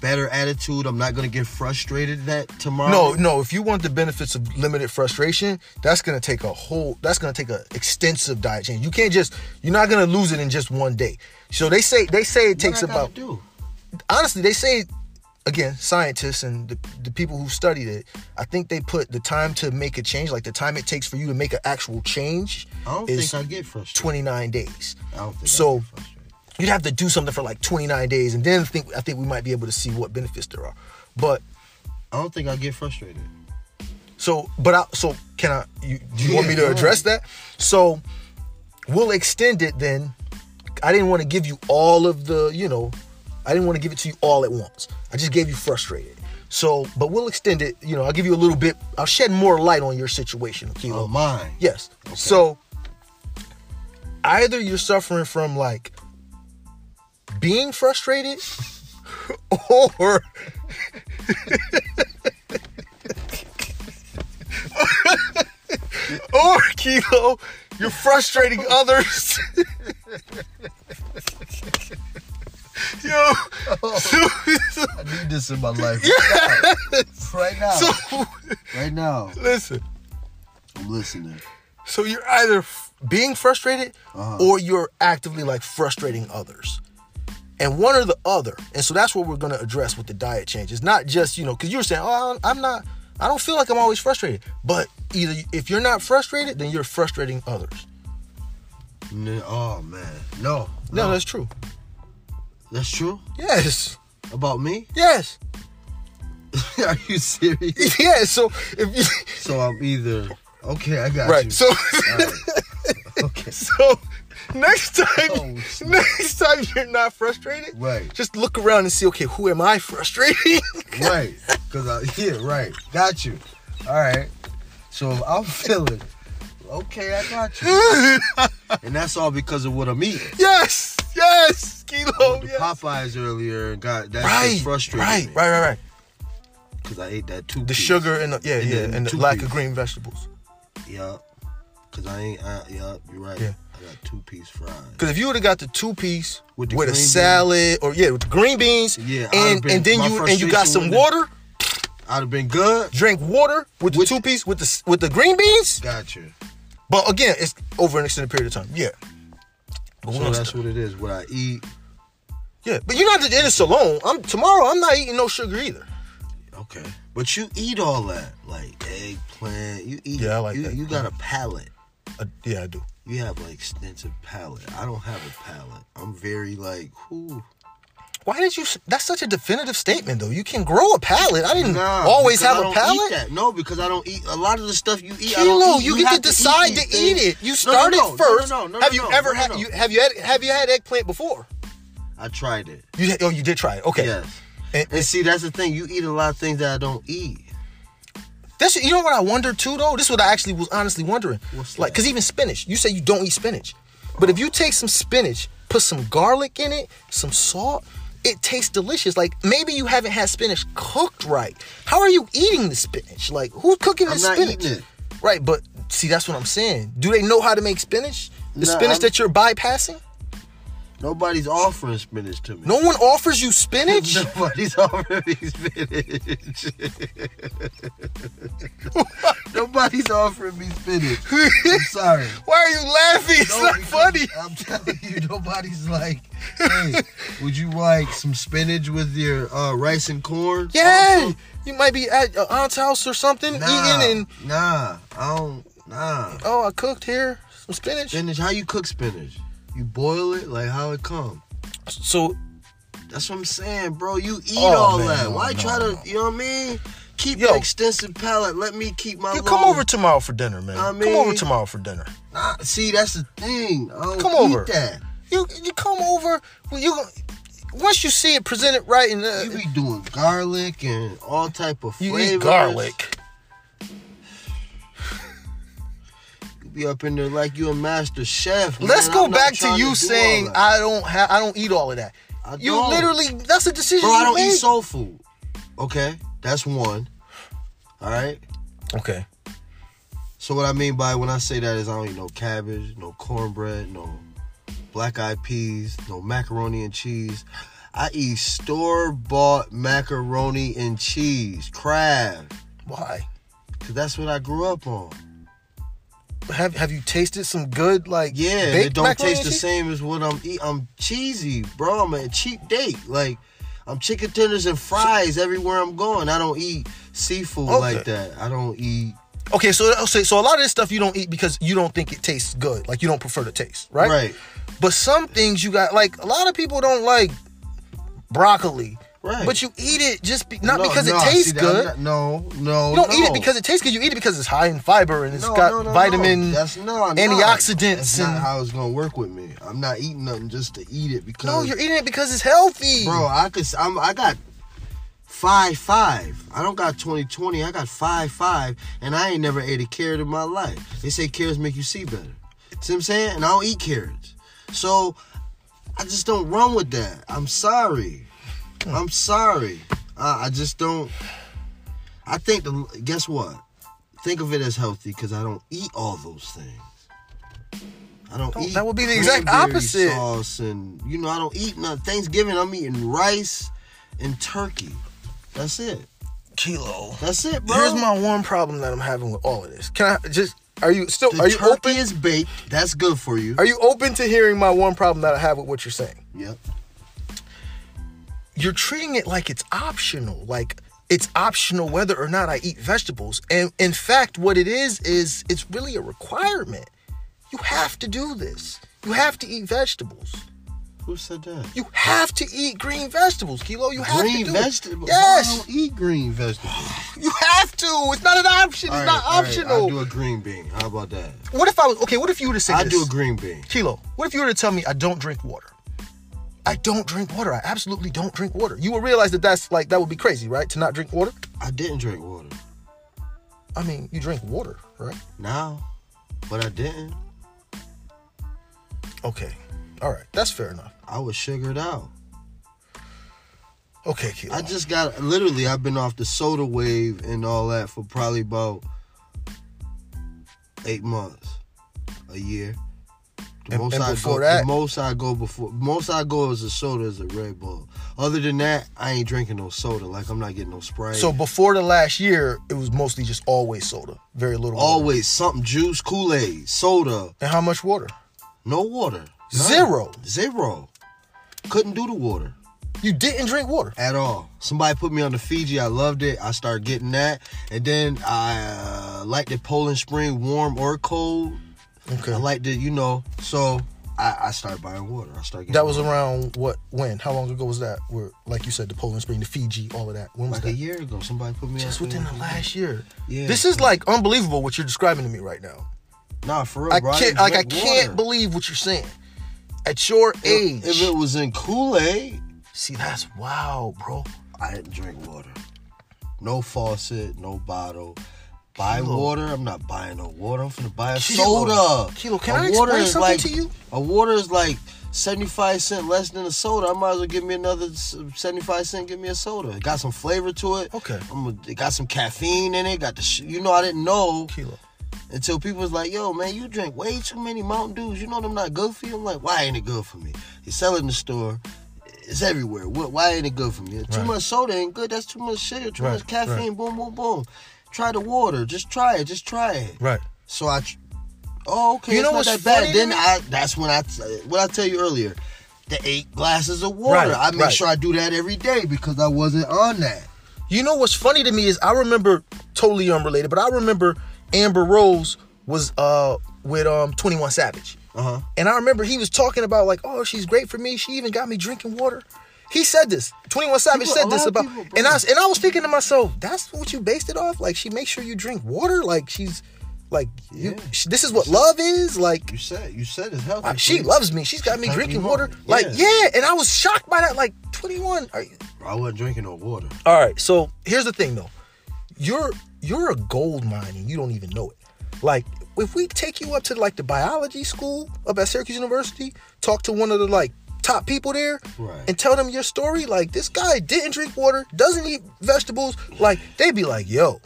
S3: better attitude. I'm not gonna get frustrated that tomorrow.
S2: No, no. If you want the benefits of limited frustration, that's gonna take a whole. That's gonna take an extensive diet change. You can't just. You're not gonna lose it in just one day. So they say they say it
S3: What
S2: takes
S3: I gotta
S2: about.
S3: do?
S2: honestly, they say, again, scientists and the, the people who studied it, I think they put the time to make a change, like the time it takes for you to make an actual change,
S3: I don't
S2: is
S3: think I get frustrated.
S2: 29 days.
S3: I don't think I
S2: so
S3: get frustrated.
S2: you'd have to do something for like 29 days, and then think I think we might be able to see what benefits there are. But
S3: I don't think I get frustrated.
S2: So, but I, so can I? You, do you want
S3: Yeah,
S2: me to
S3: go
S2: address that? So, we'll extend it then. I didn't want to give you all of the, you know, I didn't want to give it to you all at once. I just gave you frustrated. So, but we'll extend it. You know, I'll give you a little bit. I'll shed more light on your situation, Kilo.
S3: On mine.
S2: Yes. So either you're suffering from like being frustrated or or Kilo, you're frustrating others. Yo, so-
S3: I need this in my life. Right now.
S2: so,
S3: right now.
S2: listen.
S3: I'm listening.
S2: So you're either f- being frustrated
S3: Uh-huh.
S2: or you're actively like frustrating others. And one or the other. And so that's what we're going to address with the diet change. It's not just, you know, because you were saying, oh, I'm not, I don't feel like I'm always frustrated. But either if you're not frustrated, then you're frustrating others.
S3: No, oh man. No.
S2: No, that's true.
S3: That's true?
S2: Yes.
S3: About me?
S2: Yes.
S3: Are you serious?
S2: Yes. So if you,
S3: so I'm either Okay, I got you.
S2: right. So,
S3: okay.
S2: so next time,
S3: Oh, snap.
S2: next time you're not frustrated,
S3: Right.
S2: just look around and see, okay, who am I frustrating?
S3: Right. Cause I yeah, right. Got you. Alright. So I'm feeling okay, I got you. and that's all because of what I'm eating.
S2: Yes, yes, Kilo.
S3: Went to
S2: yes.
S3: Popeyes earlier and got that
S2: Right,
S3: shit frustrated
S2: right,
S3: me.
S2: right, right, right.
S3: Cause I ate that two
S2: The sugar and the, yeah,
S3: And
S2: yeah,
S3: then
S2: and the
S3: two
S2: lack
S3: piece.
S2: of green vegetables.
S3: Yup. Cause I ain't. I, yup. You're right.
S2: Yeah.
S3: I got two piece fries.
S2: Because if you would have got the two piece
S3: With
S2: with,
S3: the
S2: a
S3: green
S2: salad or yeah, with the green beans,
S3: Yeah, I'd
S2: and
S3: been-
S2: and then
S3: my
S2: you and you got
S3: frustration
S2: some
S3: wouldn't have-
S2: water,
S3: I'd have been good.
S2: drink water with the
S3: With-
S2: two piece with the s- with the green beans.
S3: Gotcha.
S2: But again, it's over an extended period of time. Yeah. But we
S3: So
S2: don't
S3: that's
S2: stop.
S3: what it is. What I eat.
S2: yeah, but you're not in this alone. I'm tomorrow. I'm not eating no sugar either.
S4: Okay.
S3: But you eat all that, like eggplant. You eat.
S2: Yeah, I like
S3: you,
S2: that.
S3: You got a palate.
S2: Uh, yeah, I do.
S3: You have like extensive palate. I don't have a palate. I'm very like, whoo.
S2: Why did you? s- That's such a definitive statement, though. You can grow a palate. I didn't
S3: Nah,
S2: always have
S3: because I
S2: a
S3: don't eat
S2: palate.
S3: that. No, because I don't eat a lot of the stuff you eat. I don't
S2: Kilo,
S3: eat.
S2: you, get
S3: have
S2: to decide to
S3: these
S2: eat,
S3: things.
S2: it. You
S3: No, no,
S2: started
S3: no, no,
S2: first.
S3: No, no, no,
S2: have you
S3: no,
S2: ever
S3: no,
S2: had
S3: no.
S2: you have you had have you had eggplant before?
S3: I tried it.
S2: You oh you did try it. Okay.
S3: Yes.
S2: And-
S3: And see, that's the thing. You eat a lot of things that I don't eat.
S2: That's you know what I wonder too though. This is what I actually was honestly wondering.
S3: What's
S2: like
S3: that?
S2: because even spinach, you say you don't eat spinach, but if you take some spinach, put some garlic in it, some salt, it tastes delicious. Like maybe you haven't had spinach cooked right. How are you eating the spinach? Like who's cooking
S3: I'm
S2: this
S3: not
S2: spinach?
S3: eating it.
S2: Right, but see that's what I'm saying. Do they know how to make spinach? The
S3: No,
S2: spinach
S3: I'm-
S2: that you're bypassing?
S3: Nobody's offering spinach to me.
S2: No one offers you spinach.
S3: Nobody's offering me spinach. Nobody's offering me spinach. I'm sorry.
S2: Why are you laughing? It's
S3: No,
S2: not
S3: because
S2: funny.
S3: I'm telling you, nobody's like, hey, would you like some spinach with your uh, rice and corn?
S2: Yeah,
S3: Also?
S2: you might be at your aunt's house or something
S3: Nah,
S2: eating, and
S3: nah, I don't, nah.
S2: oh, I cooked here some spinach.
S3: Spinach, how you cook spinach? You boil it, like how it come?
S2: so
S3: That's what I'm saying, bro. You eat
S2: Oh,
S3: all
S2: man,
S3: that.
S2: no,
S3: Why
S2: no,
S3: try to,
S2: no.
S3: you know what I mean? Keep
S2: Yo.
S3: your extensive palate. Let me keep my
S2: you
S3: little-
S2: come over tomorrow for dinner, man.
S3: I
S2: come over
S3: mean-
S2: tomorrow for dinner.
S3: Nah, see, that's the thing. I don't
S2: Come
S3: eat
S2: over.
S3: that.
S2: You you come over. Well, you once you see it presented right, and uh,
S3: You be doing garlic and all type of
S2: you
S3: flavors.
S2: eat garlic.
S3: You be up in there like you a master chef. man.
S2: Let's go
S3: I'm not
S2: back to
S3: trying
S2: you
S3: do
S2: saying
S3: all that.
S2: I don't have I don't eat all of that.
S3: I
S2: you
S3: don't.
S2: literally that's a decision
S3: Bro,
S2: you
S3: I don't
S2: made.
S3: eat soul food. Okay, that's one. All right.
S2: okay.
S3: So what I mean by when I say that is I don't eat no cabbage, no cornbread, no black eyed peas, no macaroni and cheese. I eat store bought macaroni and cheese, crab,
S2: Why?
S3: cause that's what I grew up on.
S2: Have Have you tasted some good like
S3: Yeah, and
S2: baked
S3: it don't
S2: macaroni
S3: taste
S2: and
S3: the
S2: cheese?
S3: same as what I'm eat. I'm cheesy, bro. I'm a cheap date. Like I'm chicken tenders and fries everywhere I'm going. I don't eat seafood
S2: Okay.
S3: like that. I don't eat
S2: Okay, so so so a lot of this stuff you don't eat because you don't think it tastes good, like you don't prefer the taste, right?
S3: Right.
S2: But some things you got, like a lot of people don't like broccoli,
S3: Right.
S2: But you eat it just be, not
S3: No,
S2: because
S3: no,
S2: it
S3: see,
S2: tastes
S3: that-
S2: good.
S3: I'm not- no, no.
S2: you don't eat it
S3: no.
S2: because it tastes good. You eat it because it's high in fiber and it's
S3: No,
S2: got
S3: no, no,
S2: vitamin.
S3: no. That's not
S2: antioxidants
S3: That's
S2: and-
S3: not how it's gonna work with me. I'm not eating nothing just to eat it because
S2: No, you're eating it because it's healthy.
S3: bro. I could. I'm. I got five five. I don't got twenty twenty. I got five five, and I ain't never ate a carrot in my life. They say carrots make you see better. See what I'm saying? And I don't eat carrots, so I just don't run with that. I'm sorry. I'm sorry. I, I just don't. I think the. Guess what? Think of it as healthy because I don't eat all those things. I don't
S2: No,
S3: eat.
S2: that would be the exact
S3: cranberry
S2: opposite.
S3: Sauce and you know I don't eat nothing. Thanksgiving I'm eating rice and turkey. That's it.
S2: Kilo.
S3: That's it, bro.
S2: Here's my one problem that I'm having with all of this. Can I just? Are you still?
S3: The
S2: are you
S3: turkey
S2: open?
S3: is baked. That's good for you.
S2: Are you open to hearing my one problem that I have with what you're saying?
S3: Yep.
S2: you're treating it like it's optional like it's optional whether or not i eat vegetables and in fact what it is is it's really a requirement you have to do this you have to eat vegetables
S3: Who said that?
S2: you have to eat green vegetables kilo you have
S3: green
S2: to do it.
S3: vegetables. I
S2: yes
S3: don't eat green vegetables.
S2: you have to it's not an option it's
S3: All right,
S2: not
S3: all right,
S2: optional
S3: I do a green bean. How about that?
S2: what if i was okay what if you were to say
S3: I
S2: this?
S3: do a green bean.
S2: Kilo, what if you were to tell me I don't drink water? I don't drink water. I absolutely don't drink water. You would realize that that's like that would be crazy, right? To not drink water.
S3: I didn't drink water.
S2: I mean, you drink water, right?
S3: Now, but I didn't.
S2: Okay. All right. That's fair enough.
S3: I was sugared out.
S2: Okay, Kilo.
S3: I just got literally. I've been off the soda wave and all that for probably about eight months, a year. The
S2: And- and
S3: I
S2: before
S3: go,
S2: that-
S3: the most I go before most I go is a soda is a Red Bull. Other than that, I ain't drinking no soda. Like I'm not getting no Sprite.
S2: so before the last year, it was mostly just always soda, very little. water.
S3: always something juice, Kool Aid, soda,
S2: And how much water?
S3: no water, None.
S2: Zero.
S3: zero. Couldn't do the water.
S2: You didn't drink water.
S3: at all. Somebody put me on the Fiji. I loved it. I started getting that, and then I uh, liked the Poland Spring, warm or cold.
S2: Okay.
S3: I liked it, you know. So I, I started buying water. I started getting
S2: That was
S3: water.
S2: around what? When? How long ago was that? Where, like you said, the Poland Spring, the Fiji, all of that. When was
S3: like a
S2: that?
S3: year ago. Somebody put me
S2: Just
S3: on
S2: within the
S3: Fiji.
S2: last year.
S3: Yeah.
S2: This is like unbelievable what you're describing to me right now.
S3: Nah, for real.
S2: I
S3: bro.
S2: can't.
S3: didn't
S2: Like I
S3: drink
S2: can't
S3: water.
S2: believe what you're saying. At your age,
S3: If- If it was in Kool Aid,
S2: see that's wow, bro.
S3: I didn't drink water. No faucet, no bottle. Buy
S2: Kilo.
S3: water. I'm not buying no water. I'm finna buy a
S2: Kilo.
S3: soda.
S2: Kilo, can
S3: A
S2: I explain
S3: is
S2: something
S3: like-
S2: to you?
S3: A water is like 75 cent less than a soda. I might as well give me another s- 75 cent. Give me a soda. It got some flavor to it.
S2: Okay.
S3: I'm a, it got some caffeine in it. Got the sh- you know I didn't know
S2: Kilo.
S3: until people was like, yo, man, you drink way too many Mountain Dews. You know them not good for you? I'm like, why ain't it good for me? They sell it in the store. It's everywhere. What? Why ain't it good for me? Too
S2: Right.
S3: much soda ain't good. That's too much sugar. Too
S2: Right,
S3: much caffeine. Boom, boom, boom. Try the water. Just try it. Just try it.
S2: Right.
S3: So I, tr- oh okay,
S2: You
S3: it's
S2: know
S3: not
S2: what's
S3: that
S2: funny
S3: bad.
S2: to
S3: Then
S2: me?
S3: I that's when I t- what I tell you earlier, the eight glasses of water.
S2: Right,
S3: I make
S2: right.
S3: sure I do that every day because I wasn't on that.
S2: You know what's funny to me is I remember totally unrelated, but I remember Amber Rose was uh with um 21 Savage.
S3: Uh-huh.
S2: And I remember he was talking about like, "Oh, she's great for me. She even got me drinking water." He said this. 21 Savage
S3: People- a
S2: said
S3: lot
S2: this
S3: of
S2: about
S3: people, bro.
S2: and I was- and I was thinking to myself, "That's what you based it off? Like she makes sure you drink water? Like she's like you,
S3: Yeah.
S2: sh this is what love is? Like
S3: You said you said it's healthy.
S2: uh, she
S3: for you.
S2: loves me. She's got me
S3: Thank
S2: drinking
S3: you,
S2: water."
S3: Mom.
S2: Like,
S3: Yeah.
S2: yeah, and I was shocked by that like 21 are you
S3: I wasn't drinking no water.
S2: all right, so here's the thing though. You're you're a gold mine and you don't even know it. Like if we take you up to like the biology school up at Syracuse University, talk to one of the like top people there
S3: Right.
S2: and tell them your story, like this guy didn't drink water, doesn't eat vegetables, like they'd be like, "Yo,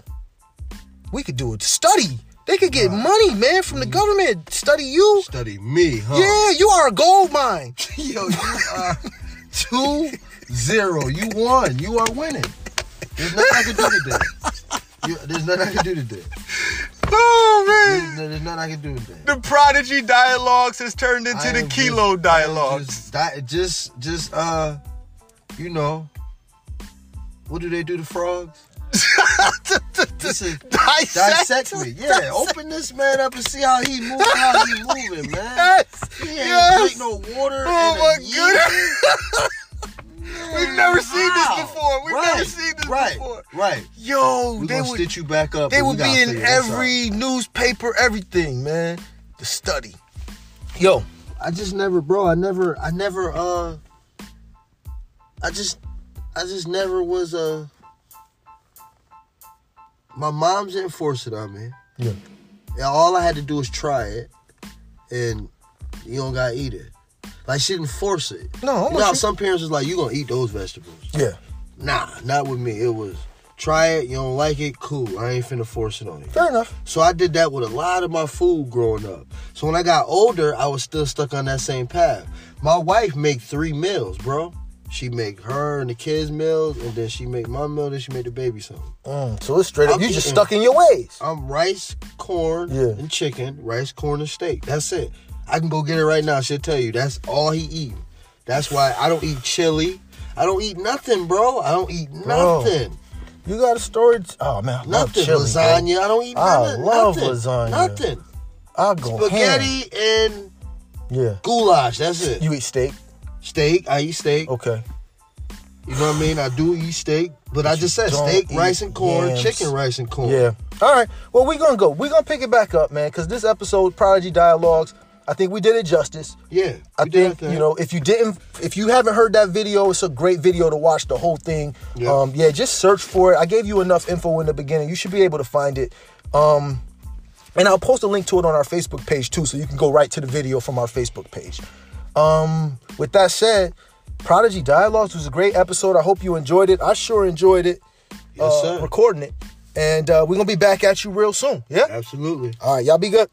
S2: we could do a study. They could get money, man, from the government. Study you.
S3: Study me, huh?
S2: Yeah, you are a gold mine."
S3: Yo, you are two zero. You won. You are winning. There's nothing I can do today. You, there's nothing I can do today.
S5: Oh man.
S3: There's, there's nothing I can do today.
S5: The prodigy dialogues has turned into
S3: I
S5: the
S3: am
S5: kilo
S3: just-
S5: dialogues.
S3: Just, di- just, just, uh, you know, what do they do to frogs? Listen,
S2: Dissect.
S3: dissect me, yeah. Open this man up and see how he moving, how he moving, man.
S2: Yes.
S3: He ain't
S2: Yes.
S3: drink no water.
S5: Oh
S3: in a
S5: my
S3: year.
S5: We've never seen
S3: Wow.
S5: this before. We've
S3: right,
S5: never seen this
S3: right,
S5: before.
S3: Right.
S2: Yo,
S3: We're
S2: they
S3: gonna
S2: would
S3: stitch you back up.
S2: They
S3: and we
S2: would be
S3: gotta
S2: in
S3: figure this out.
S2: every newspaper, everything, man. The study. Yo,
S3: I just never, bro. I never, I never, uh, I just, I just never was, uh, my mom's didn't force it on me.
S2: Yeah.
S3: And all I had to do was try it, and you don't gotta eat it. Like, she didn't force it.
S2: No, I'm
S3: You know
S2: with
S3: how
S2: you.
S3: some parents is like, you gonna eat those vegetables.
S2: yeah,
S3: Nah, not with me. It was, try it, you don't like it, cool. I ain't finna force it on you.
S2: fair enough.
S3: So I did that with a lot of my food growing up. So when I got older, I was still stuck on that same path. My wife make three meals, bro. She make her and the kids meals, and then she make my meal, then she make the baby something.
S2: Mm, so it's straight up.
S3: I'm
S2: You just
S3: eating-
S2: stuck in your ways.
S3: I'm rice, corn,
S2: Yeah.
S3: and chicken, rice, corn, and steak. That's it. I can go get it right now. She'll tell you that's all he eating. That's why I don't eat chili. I don't eat nothing, bro. I don't eat
S2: Bro.
S3: nothing.
S2: You got a story? t- oh man, I love
S3: nothing.
S2: chili,
S3: lasagna. I don't eat
S2: I
S3: nothing.
S2: love
S3: nothing.
S2: lasagna.
S3: Nothing.
S2: Bro. I go ham.
S3: Spaghetti and
S2: Yeah,
S3: goulash. That's it.
S2: you Oh. eat steak.
S3: steak. I eat steak.
S2: Okay.
S3: You know what I mean? I do eat steak, but I just said
S2: don't
S3: steak,
S2: eat
S3: rice, and corn,
S2: yams.
S3: chicken, rice, and corn.
S2: Yeah. All right. Well, we're gonna go. We're gonna pick it back up, man. Cause this episode, Prodigy Dialogues, I think we did it justice.
S3: yeah.
S2: I
S3: we did
S2: think
S3: that.
S2: you know if you didn't if you haven't heard that video, it's a great video to watch the whole thing.
S3: Yeah.
S2: Um, yeah, just search for it. I gave you enough info in the beginning. You should be able to find it. Um, and I'll post a link to it on our Facebook page too, so you can go right to the video from our Facebook page. Um, with that said, Prodigy Dialogues was a great episode. I hope you enjoyed it. I sure enjoyed it.
S3: Yes,
S2: uh,
S3: sir.
S2: Recording it, and uh, we're gonna be back at you real soon. Yeah.
S3: Absolutely.
S2: All right, y'all be good.